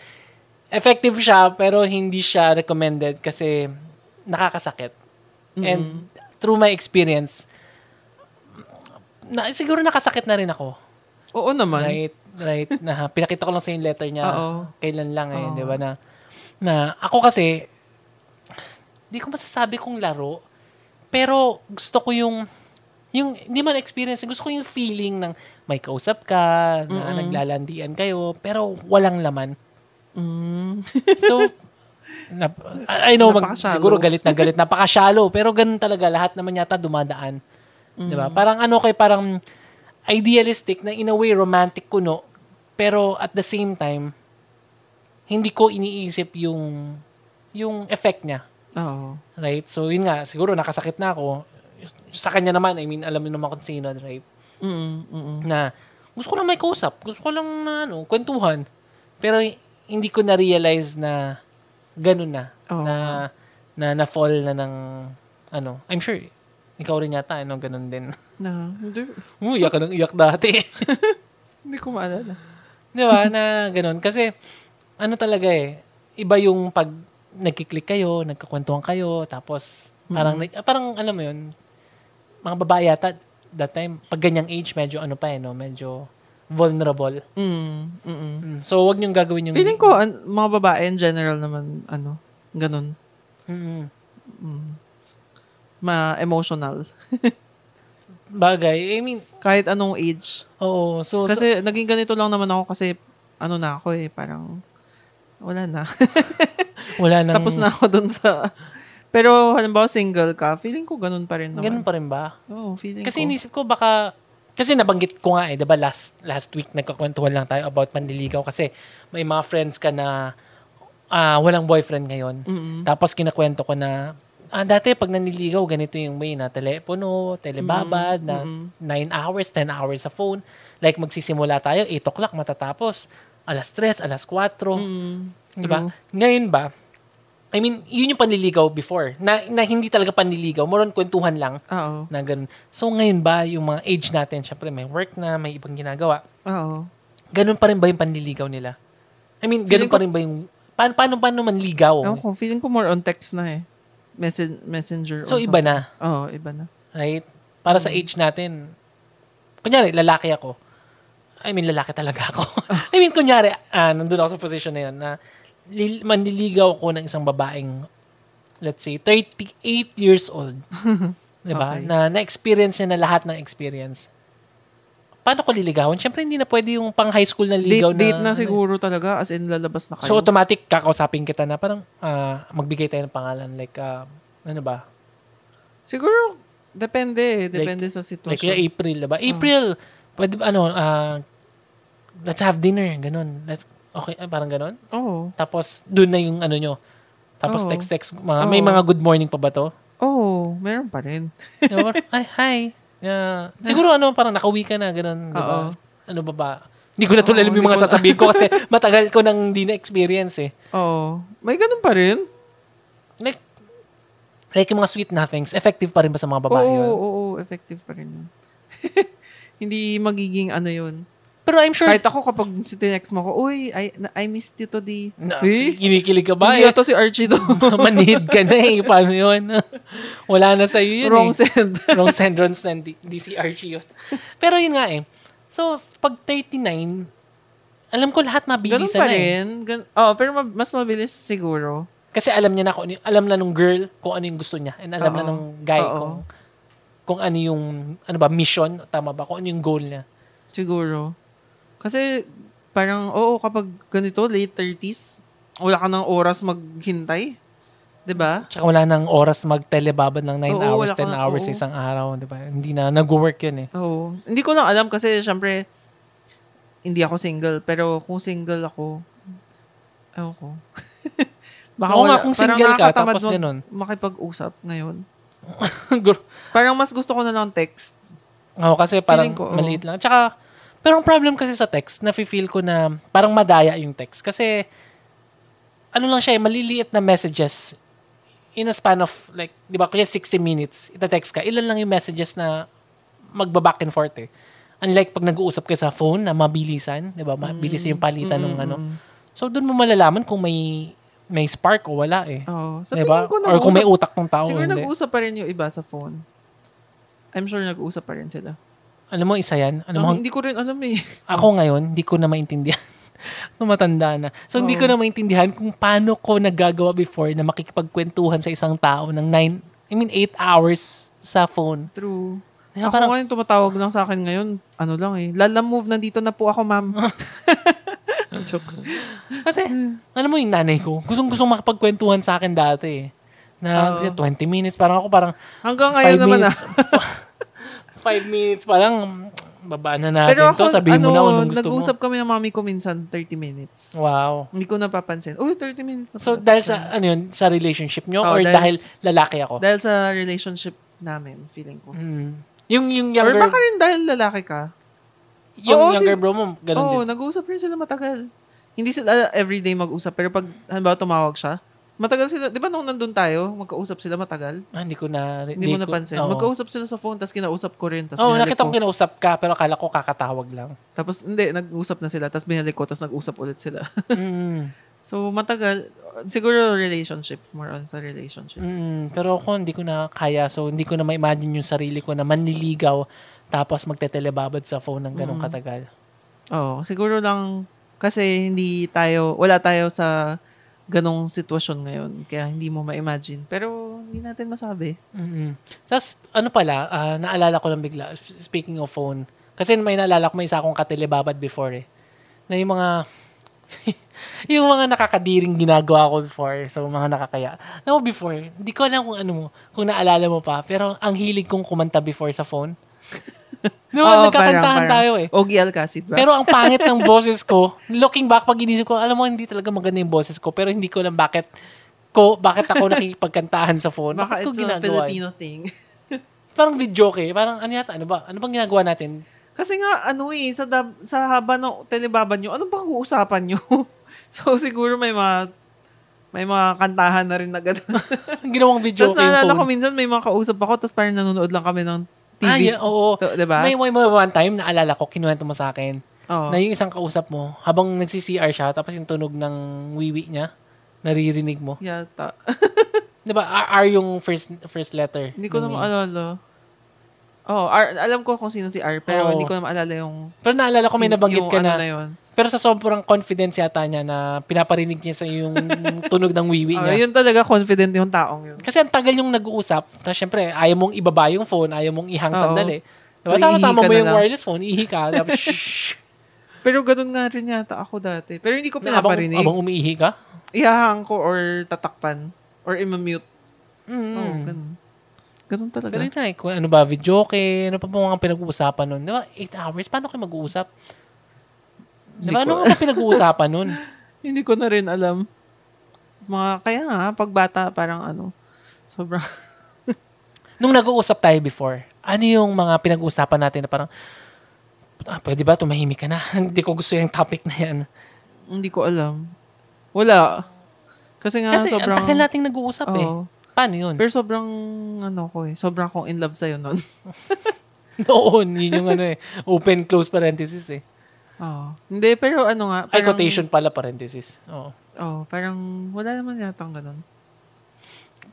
[SPEAKER 1] effective siya, pero hindi siya recommended kasi nakakasakit.
[SPEAKER 2] Mm-hmm.
[SPEAKER 1] And through my experience, na, siguro nakasakit na rin ako.
[SPEAKER 2] Oo naman.
[SPEAKER 1] Right? Right? Na, pinakita ko lang sa yung letter niya.
[SPEAKER 2] Oo.
[SPEAKER 1] Kailan lang eh,
[SPEAKER 2] Oo.
[SPEAKER 1] di ba? Na, na ako kasi, di ko masasabi kung laro, pero gusto ko yung, yung, hindi man experience, gusto ko yung feeling ng may kausap ka, na naglalandian kayo, pero walang laman.
[SPEAKER 2] Mm.
[SPEAKER 1] So, na, I I know, mag,
[SPEAKER 2] Napaka-shallow.
[SPEAKER 1] siguro galit na galit. Napaka-shallow. Pero ganun talaga. Lahat naman yata dumadaan. Di
[SPEAKER 2] Mm.
[SPEAKER 1] ba? Parang ano kay parang idealistic na in a way romantic kuno. Pero at the same time, hindi ko iniisip yung yung effect niya.
[SPEAKER 2] Oo.
[SPEAKER 1] Right? So, yun nga. Siguro nakasakit na ako. Sa kanya naman, I mean, alam mo naman kung sino, right?
[SPEAKER 2] Mm-mm, mm-mm.
[SPEAKER 1] na gusto ko lang may kausap, gusto ko lang na ano, kwentuhan. Pero hi- hindi ko na-realize na ganun na.
[SPEAKER 2] Oo.
[SPEAKER 1] Na, na na-fall na ng ano. I'm sure, ikaw rin yata, ano, ganun din.
[SPEAKER 2] Na, hindi,
[SPEAKER 1] Uy, iyak ka ng iyak dati.
[SPEAKER 2] hindi ko maalala.
[SPEAKER 1] Di ba? Na ganun. Kasi, ano talaga eh, iba yung pag nagkiklik kayo, nagkakwentuhan kayo, tapos parang, nag- parang alam mo yun, mga babae yata, that time, pag ganyang age, medyo ano pa eh, no? medyo vulnerable.
[SPEAKER 2] Mm, mm-mm.
[SPEAKER 1] Mm, So, wag niyong gagawin yung...
[SPEAKER 2] Feeling ko, an- mga babae in general naman, ano, ganun.
[SPEAKER 1] Mm,
[SPEAKER 2] Ma-emotional.
[SPEAKER 1] Bagay. I mean,
[SPEAKER 2] Kahit anong age.
[SPEAKER 1] oo. So, so-
[SPEAKER 2] Kasi naging ganito lang naman ako kasi ano na ako eh, parang wala na.
[SPEAKER 1] wala nang...
[SPEAKER 2] Tapos na ako dun sa... Pero halimbawa single ka, feeling ko ganun pa rin
[SPEAKER 1] Ganun
[SPEAKER 2] naman.
[SPEAKER 1] pa rin ba?
[SPEAKER 2] Oo, feeling
[SPEAKER 1] Kasi
[SPEAKER 2] ko.
[SPEAKER 1] inisip ko baka kasi nabanggit ko nga eh, 'di ba last last week nagkakwentuhan lang tayo about panliligaw kasi may mga friends ka na ah, walang boyfriend ngayon.
[SPEAKER 2] Mm-mm.
[SPEAKER 1] Tapos kinakwento ko na ah, dati pag naniligaw ganito yung way na telepono, telebabad
[SPEAKER 2] Mm-mm.
[SPEAKER 1] na 9 hours, 10 hours sa phone. Like magsisimula tayo 8 o'clock matatapos alas 3, alas 4.
[SPEAKER 2] Mm,
[SPEAKER 1] Di ba?
[SPEAKER 2] true.
[SPEAKER 1] Ngayon ba, I mean, yun yung panliligaw before. Na, na hindi talaga panliligaw. More on kwentuhan lang
[SPEAKER 2] Oo.
[SPEAKER 1] na ganun. So ngayon ba, yung mga age natin, syempre may work na, may ibang ginagawa,
[SPEAKER 2] Oo.
[SPEAKER 1] ganun pa rin ba yung panliligaw nila? I mean, ganun
[SPEAKER 2] Feeling ko-
[SPEAKER 1] pa rin ba yung, paano, paano, paano manligaw?
[SPEAKER 2] Ewan ko, feeling ko more on text na eh. Messen- messenger.
[SPEAKER 1] So iba na,
[SPEAKER 2] Oo, iba na.
[SPEAKER 1] right? Para
[SPEAKER 2] Mm.
[SPEAKER 1] sa age natin, kunyari, lalaki ako. I mean, lalaki talaga ako. I mean, kunyari, ah, nandun ako sa position na yun, na lil- manliligaw ako ng isang babaeng, let's say, 38 years old. Diba?
[SPEAKER 2] Okay.
[SPEAKER 1] Na na-experience niya na lahat ng experience. Paano ko liligawan? Siyempre, hindi na pwede yung pang high school na ligaw
[SPEAKER 2] Date, date na
[SPEAKER 1] ano eh.
[SPEAKER 2] siguro talaga, as in lalabas na kayo.
[SPEAKER 1] So, automatic kakausapin kita na parang ah, magbigay tayo ng pangalan. Like, ah, ano ba?
[SPEAKER 2] siguro, depende eh. Depende sa
[SPEAKER 1] Like,
[SPEAKER 2] sitwasyon.
[SPEAKER 1] yeah, April, diba?
[SPEAKER 2] Hmm.
[SPEAKER 1] April! Pwede ba, ano, ah, let's have dinner. Ganun. Let's, okay, ah, parang ganun.
[SPEAKER 2] Oo.
[SPEAKER 1] Tapos, dun na yung ano nyo. Tapos,
[SPEAKER 2] Oo.
[SPEAKER 1] text-text. Mga, May
[SPEAKER 2] Oo.
[SPEAKER 1] mga good morning pa ba to?
[SPEAKER 2] Oo, meron pa rin.
[SPEAKER 1] Diba? Ay, hi. Yeah. Siguro ano, parang nakauwi ka na, ganun. Diba?
[SPEAKER 2] Oo.
[SPEAKER 1] Ano ba ba? Hindi ko na tuloy alam
[SPEAKER 2] Oo,
[SPEAKER 1] yung
[SPEAKER 2] hindi
[SPEAKER 1] mga
[SPEAKER 2] ko na-
[SPEAKER 1] sasabihin ko kasi matagal ko nang hindi na-experience eh.
[SPEAKER 2] Oo. May ganun pa rin.
[SPEAKER 1] Like, like yung mga sweet nothings, effective pa rin ba sa mga babae
[SPEAKER 2] oo,
[SPEAKER 1] yun?
[SPEAKER 2] oo, oo, effective pa rin yun. Hindi magiging ano yun.
[SPEAKER 1] Pero I'm sure,
[SPEAKER 2] Kahit ako kapag si tinext mo ko, uy, I, na- I missed you today.
[SPEAKER 1] na,
[SPEAKER 2] Eh?
[SPEAKER 1] kinikilig ka ba?
[SPEAKER 2] Hindi
[SPEAKER 1] Eh,
[SPEAKER 2] ito si Archie to.
[SPEAKER 1] manhid ka na eh. Paano yun? Wala na sa'yo yun
[SPEAKER 2] Wrong
[SPEAKER 1] eh.
[SPEAKER 2] send.
[SPEAKER 1] Wrong send, wrong send. Di, di si Archie yun. Pero yun nga eh. So, pag 39, alam ko lahat
[SPEAKER 2] Ganun
[SPEAKER 1] mabilisan
[SPEAKER 2] pa
[SPEAKER 1] na eh.
[SPEAKER 2] rin. Gan- oh, pero mab- mas mabilis siguro.
[SPEAKER 1] Kasi alam niya na kung ano, y- alam na nung girl kung ano yung gusto niya and alam na
[SPEAKER 2] Oo.
[SPEAKER 1] nung guy
[SPEAKER 2] Oo.
[SPEAKER 1] kung kung ano yung ano ba mission tama ba kung ano yung goal niya.
[SPEAKER 2] Siguro. Kasi parang, oo, kapag ganito, late 30s, wala ka ng oras maghintay. Diba? 'Di ba?
[SPEAKER 1] Tsaka wala nang oras magtelebabad ng 9
[SPEAKER 2] Oo,
[SPEAKER 1] hours, 10
[SPEAKER 2] wala ka-
[SPEAKER 1] hours sa
[SPEAKER 2] oo.
[SPEAKER 1] isang araw, 'di ba? Hindi na nag-work 'yun eh.
[SPEAKER 2] Oo. Hindi ko lang alam kasi, syempre, hindi ako single. Pero kung single ako, ewan ko.
[SPEAKER 1] Oo nga, kung
[SPEAKER 2] parang
[SPEAKER 1] single ka,
[SPEAKER 2] nakakatamad
[SPEAKER 1] tapos
[SPEAKER 2] mag-
[SPEAKER 1] ganun.
[SPEAKER 2] Makipag-usap ngayon.
[SPEAKER 1] Gur-
[SPEAKER 2] Parang mas gusto ko na lang text.
[SPEAKER 1] Oo, kasi parang
[SPEAKER 2] Feeling ko, oo.
[SPEAKER 1] maliit lang. Tsaka pero ang problem kasi sa text, nafe-feel ko na parang madaya yung text kasi ano lang siya eh, maliliit na messages in a span of like, di ba, kuya 60 minutes, ita-text ka, ilan lang yung messages na magba-back and forth eh. Unlike pag nag-uusap kayo sa phone na mabilisan, di ba, mabilis
[SPEAKER 2] Mm.
[SPEAKER 1] yung palitan ng ano. So, doon mo malalaman kung may may spark o wala eh.
[SPEAKER 2] Oo. Sa
[SPEAKER 1] Di ba?
[SPEAKER 2] tingin ko,
[SPEAKER 1] Or kung may utak
[SPEAKER 2] nag-uusap-
[SPEAKER 1] ng tao o
[SPEAKER 2] siguro
[SPEAKER 1] hindi.
[SPEAKER 2] nag-uusap pa rin yung iba sa phone. I'm sure nag-uusap pa rin sila.
[SPEAKER 1] Alam mo, isa yan. Alam mo,
[SPEAKER 2] Ang- hindi ko rin alam eh.
[SPEAKER 1] ako ngayon, hindi ko na maintindihan. Tumatanda na. So, hindi ko na maintindihan kung paano ko nagagawa before na makikipagkwentuhan sa isang tao ng 9, I mean 8 hours sa phone.
[SPEAKER 2] True.
[SPEAKER 1] Di ba,
[SPEAKER 2] ako
[SPEAKER 1] parang-
[SPEAKER 2] ngayon tumatawag lang sa akin ngayon. Ano lang eh. Lala move, nandito na po ako ma'am. Joke.
[SPEAKER 1] Kasi,
[SPEAKER 2] mm.
[SPEAKER 1] alam mo yung nanay ko, gustong-gustong makipagkwentuhan sa akin dati eh. Na
[SPEAKER 2] Oo.
[SPEAKER 1] kasi 20 minutes, parang ako parang 5
[SPEAKER 2] Hanggang ngayon naman ah.
[SPEAKER 1] minutes. 5 minutes, parang baba na natin
[SPEAKER 2] Pero ako,
[SPEAKER 1] to, sabihin
[SPEAKER 2] ano,
[SPEAKER 1] mo na kung anong gusto mo.
[SPEAKER 2] nag-uusap kami ng mami ko minsan 30 minutes.
[SPEAKER 1] Wow.
[SPEAKER 2] Hindi ko napapansin. Uy, 30 minutes. na
[SPEAKER 1] So,
[SPEAKER 2] pala.
[SPEAKER 1] dahil sa, ano yun, sa relationship nyo
[SPEAKER 2] Oo,
[SPEAKER 1] or dahil,
[SPEAKER 2] dahil-
[SPEAKER 1] lalaki ako?
[SPEAKER 2] Dahil sa relationship namin, feeling ko.
[SPEAKER 1] Hmm. Yung, yung
[SPEAKER 2] Or
[SPEAKER 1] younger,
[SPEAKER 2] baka rin dahil lalaki ka.
[SPEAKER 1] yung
[SPEAKER 2] Oo,
[SPEAKER 1] younger
[SPEAKER 2] si-
[SPEAKER 1] bro mo, ganun
[SPEAKER 2] Oo,
[SPEAKER 1] din.
[SPEAKER 2] nag-uusap rin sila matagal. Hindi sila everyday mag-usap. Pero pag, halimbawa, tumawag siya, matagal sila. Di ba nung nandun tayo, magkausap sila matagal?
[SPEAKER 1] Ah, hindi ko na...
[SPEAKER 2] Hindi mo napansin.
[SPEAKER 1] Oo,
[SPEAKER 2] Magkausap sila sa phone, tapos kinausap ko rin. Tapos
[SPEAKER 1] Oo,
[SPEAKER 2] binalik
[SPEAKER 1] nakita ko
[SPEAKER 2] ko.
[SPEAKER 1] kinausap ka, pero akala ko kakatawag lang.
[SPEAKER 2] Tapos hindi, nag-usap na sila. Tapos binalik ko, tapos nag-usap ulit sila.
[SPEAKER 1] mm,
[SPEAKER 2] so, matagal. Siguro relationship. More on sa relationship.
[SPEAKER 1] mm, pero ako, hindi ko na kaya. So, hindi ko na ma-imagine yung sarili ko na manliligaw tapos magtetelebabad sa phone ng
[SPEAKER 2] Mm.
[SPEAKER 1] ganong katagal.
[SPEAKER 2] Oo, siguro lang kasi hindi tayo, wala tayo sa ganong sitwasyon ngayon. Kaya hindi mo ma-imagine. Pero hindi natin masabi.
[SPEAKER 1] mm Tapos, ano pala, ah, naalala ko lang bigla, speaking of phone, kasi may naalala ko, may isa akong katilibabad before eh, na yung mga, yung mga nakakadiring ginagawa ko before, so mga nakakaya. Alam mo before, hindi ko alam kung ano mo, kung naalala mo pa, pero ang hilig kong kumanta before sa phone. Di ba,
[SPEAKER 2] Oo,
[SPEAKER 1] nagkakantahan
[SPEAKER 2] parang-
[SPEAKER 1] tayo eh.
[SPEAKER 2] Ogie Alcacid ba?
[SPEAKER 1] Pero ang pangit ng boses ko, looking back, pag inisip ko, alam mo, hindi talaga maganda yung boses ko, pero hindi ko alam bakit ko, bakit ako nakikipagkantahan sa phone.
[SPEAKER 2] Baka
[SPEAKER 1] Bakit ko
[SPEAKER 2] it's a
[SPEAKER 1] ginagawa? yun?
[SPEAKER 2] Filipino thing.
[SPEAKER 1] parang video eh. Parang ano yata, ano ba? Ano bang ginagawa natin?
[SPEAKER 2] Kasi nga, ano eh, sa, dab- sa haba ng telebaba nyo, ano bang uusapan nyo? so, siguro may mga may mga kantahan na rin na gano'n.
[SPEAKER 1] Ang ginawang video
[SPEAKER 2] tapos
[SPEAKER 1] okay yung
[SPEAKER 2] naalala ko
[SPEAKER 1] phone.
[SPEAKER 2] minsan may mga kausap ako tapos parang nanonood lang kami ng TV.
[SPEAKER 1] Ah, yeah, oo.
[SPEAKER 2] So, diba?
[SPEAKER 1] May, may, may one time, naalala ko, kinuwento mo sa akin,
[SPEAKER 2] Oo.
[SPEAKER 1] na yung isang kausap mo, habang nagsi-CR siya, tapos yung tunog ng wiwi niya, naririnig mo.
[SPEAKER 2] Yata.
[SPEAKER 1] Di ba, R, R yung first first letter.
[SPEAKER 2] Hindi ko na
[SPEAKER 1] Yung name.
[SPEAKER 2] maalala. Oh, R, alam ko kung sino si R,
[SPEAKER 1] Oo.
[SPEAKER 2] pero hindi ko na maalala yung...
[SPEAKER 1] Pero naalala ko may
[SPEAKER 2] sin-
[SPEAKER 1] nabanggit
[SPEAKER 2] yung
[SPEAKER 1] ka
[SPEAKER 2] ano
[SPEAKER 1] na,
[SPEAKER 2] na yun.
[SPEAKER 1] pero sa sobrang confidence yata niya na pinaparinig niya sa yung tunog ng wiwi
[SPEAKER 2] Ah,
[SPEAKER 1] niya.
[SPEAKER 2] yun talaga confident yung taong yun.
[SPEAKER 1] Kasi ang tagal yung nag-uusap. Tapos syempre, ayaw mong ibaba yung phone, ayaw mong ihang
[SPEAKER 2] Oo.
[SPEAKER 1] sandali.
[SPEAKER 2] So,
[SPEAKER 1] Diba? Sama-sama
[SPEAKER 2] ihi ka
[SPEAKER 1] mo
[SPEAKER 2] na
[SPEAKER 1] yung
[SPEAKER 2] lang.
[SPEAKER 1] wireless phone, ihi ka. Tapos, shh.
[SPEAKER 2] Pero ganun nga rin yata ako dati. Pero hindi ko
[SPEAKER 1] Na Abang,
[SPEAKER 2] pinaparinig.
[SPEAKER 1] abang umiihi ka?
[SPEAKER 2] Ihahaan ko or tatakpan. Or imamute.
[SPEAKER 1] Mm.
[SPEAKER 2] Oo, Mm-hmm. ganun. Ganun talaga.
[SPEAKER 1] Pero yun nga eh, kung ano ba, video okay, ano pa ba mga pinag-uusapan nun? Di ba, 8 hours, paano kayo mag-uusap? Di
[SPEAKER 2] Hindi
[SPEAKER 1] ba,
[SPEAKER 2] ko-
[SPEAKER 1] ano nga ba pinag-uusapan nun?
[SPEAKER 2] hindi ko na rin alam. Mga, kaya nga, pagbata, parang ano, sobrang,
[SPEAKER 1] Nung nag-uusap tayo before, ano yung mga pinag-uusapan natin na parang, ah, pwede ba, tumahimik ka na? Hindi ko gusto yung topic na yan.
[SPEAKER 2] hindi ko alam. Wala. Kasi nga,
[SPEAKER 1] Kasi
[SPEAKER 2] Ah, sobrang,
[SPEAKER 1] ang tagal nating nag-uusap eh.
[SPEAKER 2] Oo.
[SPEAKER 1] Paano yun?
[SPEAKER 2] Pero sobrang, ano ko eh, sobrang akong in love sa'yo nun.
[SPEAKER 1] Noon, yun yung ano eh. Open, close parenthesis eh.
[SPEAKER 2] Oo. Hindi, pero ano nga,
[SPEAKER 1] Ay,
[SPEAKER 2] parang,
[SPEAKER 1] quotation pala parenthesis. Oo.
[SPEAKER 2] Oh, parang, wala naman yata ang ganun.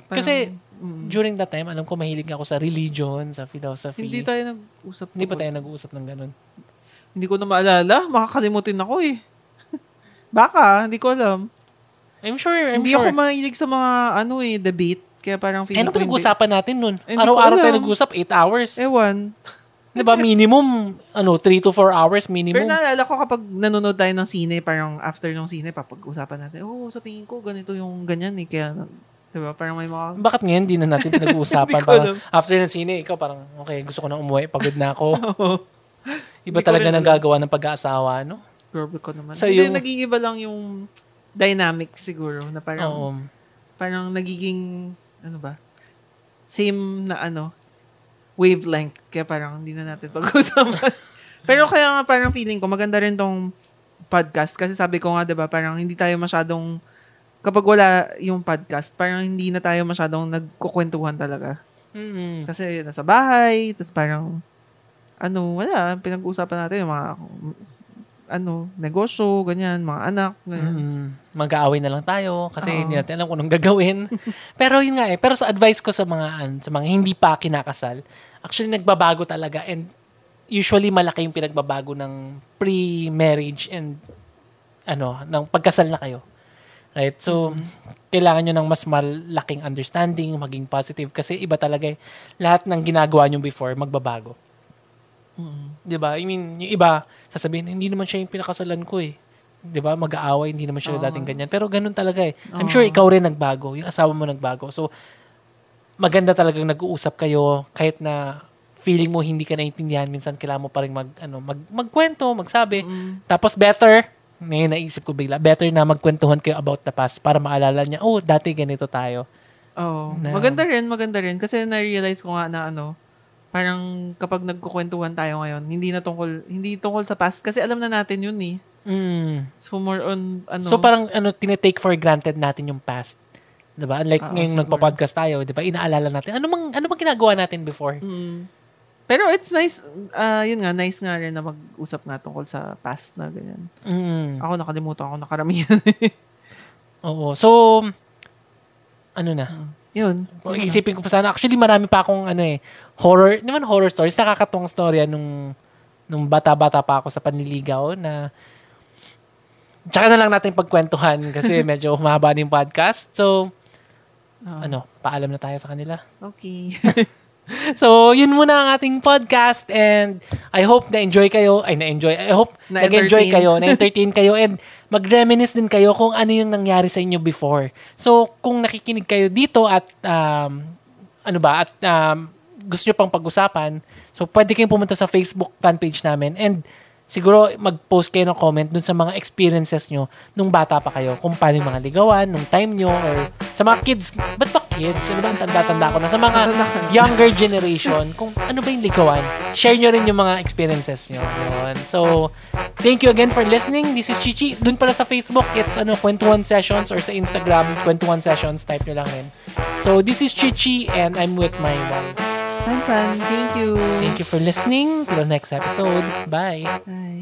[SPEAKER 2] Parang,
[SPEAKER 1] Kasi,
[SPEAKER 2] mm,
[SPEAKER 1] During that time, alam ko mahilig ako sa religion, sa philosophy.
[SPEAKER 2] hindi tayo nag-usap.
[SPEAKER 1] Hindi pa
[SPEAKER 2] tungkol-
[SPEAKER 1] tayo nag-uusap ng ganun.
[SPEAKER 2] Hindi ko na maalala. Makakalimutin ako eh. Baka, hindi ko alam.
[SPEAKER 1] I'm sure, I'm
[SPEAKER 2] hindi
[SPEAKER 1] sure.
[SPEAKER 2] ako mahilig sa mga ano eh, debate. Kaya parang
[SPEAKER 1] eh,
[SPEAKER 2] feeling
[SPEAKER 1] ano
[SPEAKER 2] ko hindi.
[SPEAKER 1] pinag-usapan natin nun?
[SPEAKER 2] Hindi ko
[SPEAKER 1] Araw-araw tayo
[SPEAKER 2] alam.
[SPEAKER 1] nag-uusap, 8 hours.
[SPEAKER 2] Ewan.
[SPEAKER 1] Di ba, minimum, ano, 3 to 4 hours minimum.
[SPEAKER 2] Pero naalala ko kapag nanonood tayo ng sine, parang after ng sine, papag-usapan natin, oh, sa tingin ko, ganito yung ganyan eh. Kaya, di ba? Parang may mga...
[SPEAKER 1] Bakit ngayon di na natin pinag-uusapan?
[SPEAKER 2] Hindi ko
[SPEAKER 1] parang,
[SPEAKER 2] alam.
[SPEAKER 1] after ng sine, ikaw parang, okay, gusto ko na umuwi, pagod na ako. Iba
[SPEAKER 2] Hindi ko
[SPEAKER 1] talaga
[SPEAKER 2] rin
[SPEAKER 1] nang
[SPEAKER 2] alam.
[SPEAKER 1] gagawa ng pag-aasawa, no?
[SPEAKER 2] Grabe ko naman.
[SPEAKER 1] So,
[SPEAKER 2] Hindi,
[SPEAKER 1] yung-
[SPEAKER 2] nag-iiba lang yung dynamic siguro na parang,
[SPEAKER 1] Oo.
[SPEAKER 2] parang nagiging, ano ba, same na ano, wavelength. Kaya parang hindi na natin pag-usapan. Pero kaya nga parang feeling ko, maganda rin tong podcast. Kasi sabi ko nga, 'di ba parang hindi tayo masyadong, kapag wala yung podcast, parang hindi na tayo masyadong nagkukwentuhan talaga.
[SPEAKER 1] Mm-mm.
[SPEAKER 2] Kasi nasa bahay, tapos parang, ano, wala, pinag-uusapan natin yung mga, ano, negosyo, ganyan, mga anak, ganyan.
[SPEAKER 1] mm Mag-aaway na lang tayo kasi
[SPEAKER 2] Oo.
[SPEAKER 1] hindi natin alam kung anong gagawin. pero yun nga eh, pero sa advice ko sa mga an- sa mga hindi pa kinakasal, actually nagbabago talaga and usually malaki yung pinagbabago ng pre-marriage and ano, ng pagkasal na kayo. Right? So, kailangan nyo ng mas malaking understanding, maging positive kasi iba talaga eh. Lahat ng ginagawa nyo before, magbabago. Mm-hmm.
[SPEAKER 2] Mm.
[SPEAKER 1] 'di ba? I mean, yung iba sasabihin, hindi naman siya yung pinakasalan ko eh. 'Di ba? Mag-aaway, hindi naman siya
[SPEAKER 2] Oo.
[SPEAKER 1] dating ganyan. Pero ganun talaga eh. I'm
[SPEAKER 2] Oo.
[SPEAKER 1] sure ikaw rin nagbago, yung asawa mo nagbago. So maganda talagang nag-uusap kayo kahit na feeling mo hindi ka naiintindihan, minsan kailangan mo pa rin mag ano, mag magkwento, magsabi.
[SPEAKER 2] Mm.
[SPEAKER 1] Tapos better, may naisip ko bigla, better na magkwentuhan kayo about the past para maalala niya, oh, dati ganito tayo.
[SPEAKER 2] Oo.
[SPEAKER 1] Na-
[SPEAKER 2] Maganda rin, maganda rin. Kasi na-realize ko nga na ano, parang kapag nagkukwentuhan tayo ngayon, hindi na tungkol, hindi tungkol sa past. Kasi alam na natin yun eh.
[SPEAKER 1] Mm.
[SPEAKER 2] So more on, ano,
[SPEAKER 1] So parang ano tinetake for granted natin yung past. 'Di ba? Unlike
[SPEAKER 2] Oo,
[SPEAKER 1] ngayong
[SPEAKER 2] siguro.
[SPEAKER 1] nagpa-podcast tayo, 'di ba? Inaalala natin ano mang ano mang ginagawa natin before.
[SPEAKER 2] Mm. pero it's nice, ah, yun nga, nice nga rin na mag-usap nga tungkol sa past na ganyan.
[SPEAKER 1] Mm.
[SPEAKER 2] Ako nakalimutan ako nakaramihan.
[SPEAKER 1] Oo. So ano na?
[SPEAKER 2] yun.
[SPEAKER 1] O, Isipin ko pa sana actually marami pa akong ano eh horror, di man horror stories, nakakatuwang storya nung nung bata-bata pa ako sa panliligaw na Tsaka na lang natin pagkwentuhan kasi medyo humaba na yung podcast. So, ano, paalam na tayo sa kanila.
[SPEAKER 2] Okay.
[SPEAKER 1] So, yun muna ang ating podcast and I hope na-enjoy kayo. Ay, na-enjoy. I hope
[SPEAKER 2] Na-entertain.
[SPEAKER 1] nag-enjoy kayo, na-entertain kayo and mag-reminisce din kayo kung ano yung nangyari sa inyo before. So, kung nakikinig kayo dito at um, ano ba, at um, gusto nyo pang pag-usapan, so pwede kayong pumunta sa Facebook fan page namin and siguro mag-post kayo ng comment dun sa mga experiences nyo nung bata pa kayo. Kung paano yung mga ligawan, nung time nyo, or sa mga kids. Ba't ba kids? Ano ba? Ang tanda-tanda ko na. Sa mga
[SPEAKER 2] Tanda ka na.
[SPEAKER 1] younger generation, kung ano ba yung ligawan, share nyo rin yung mga experiences nyo. Yun. So, thank you again for listening. This is Chichi. Dun pala sa Facebook, it's ano, Kwentuhan Sessions or sa Instagram, Kwentuhan Sessions. Type nyo lang rin. So, this is Chichi and I'm with my wife.
[SPEAKER 2] San-san, thank you.
[SPEAKER 1] Thank you for listening. Till next episode. Bye.
[SPEAKER 2] Bye.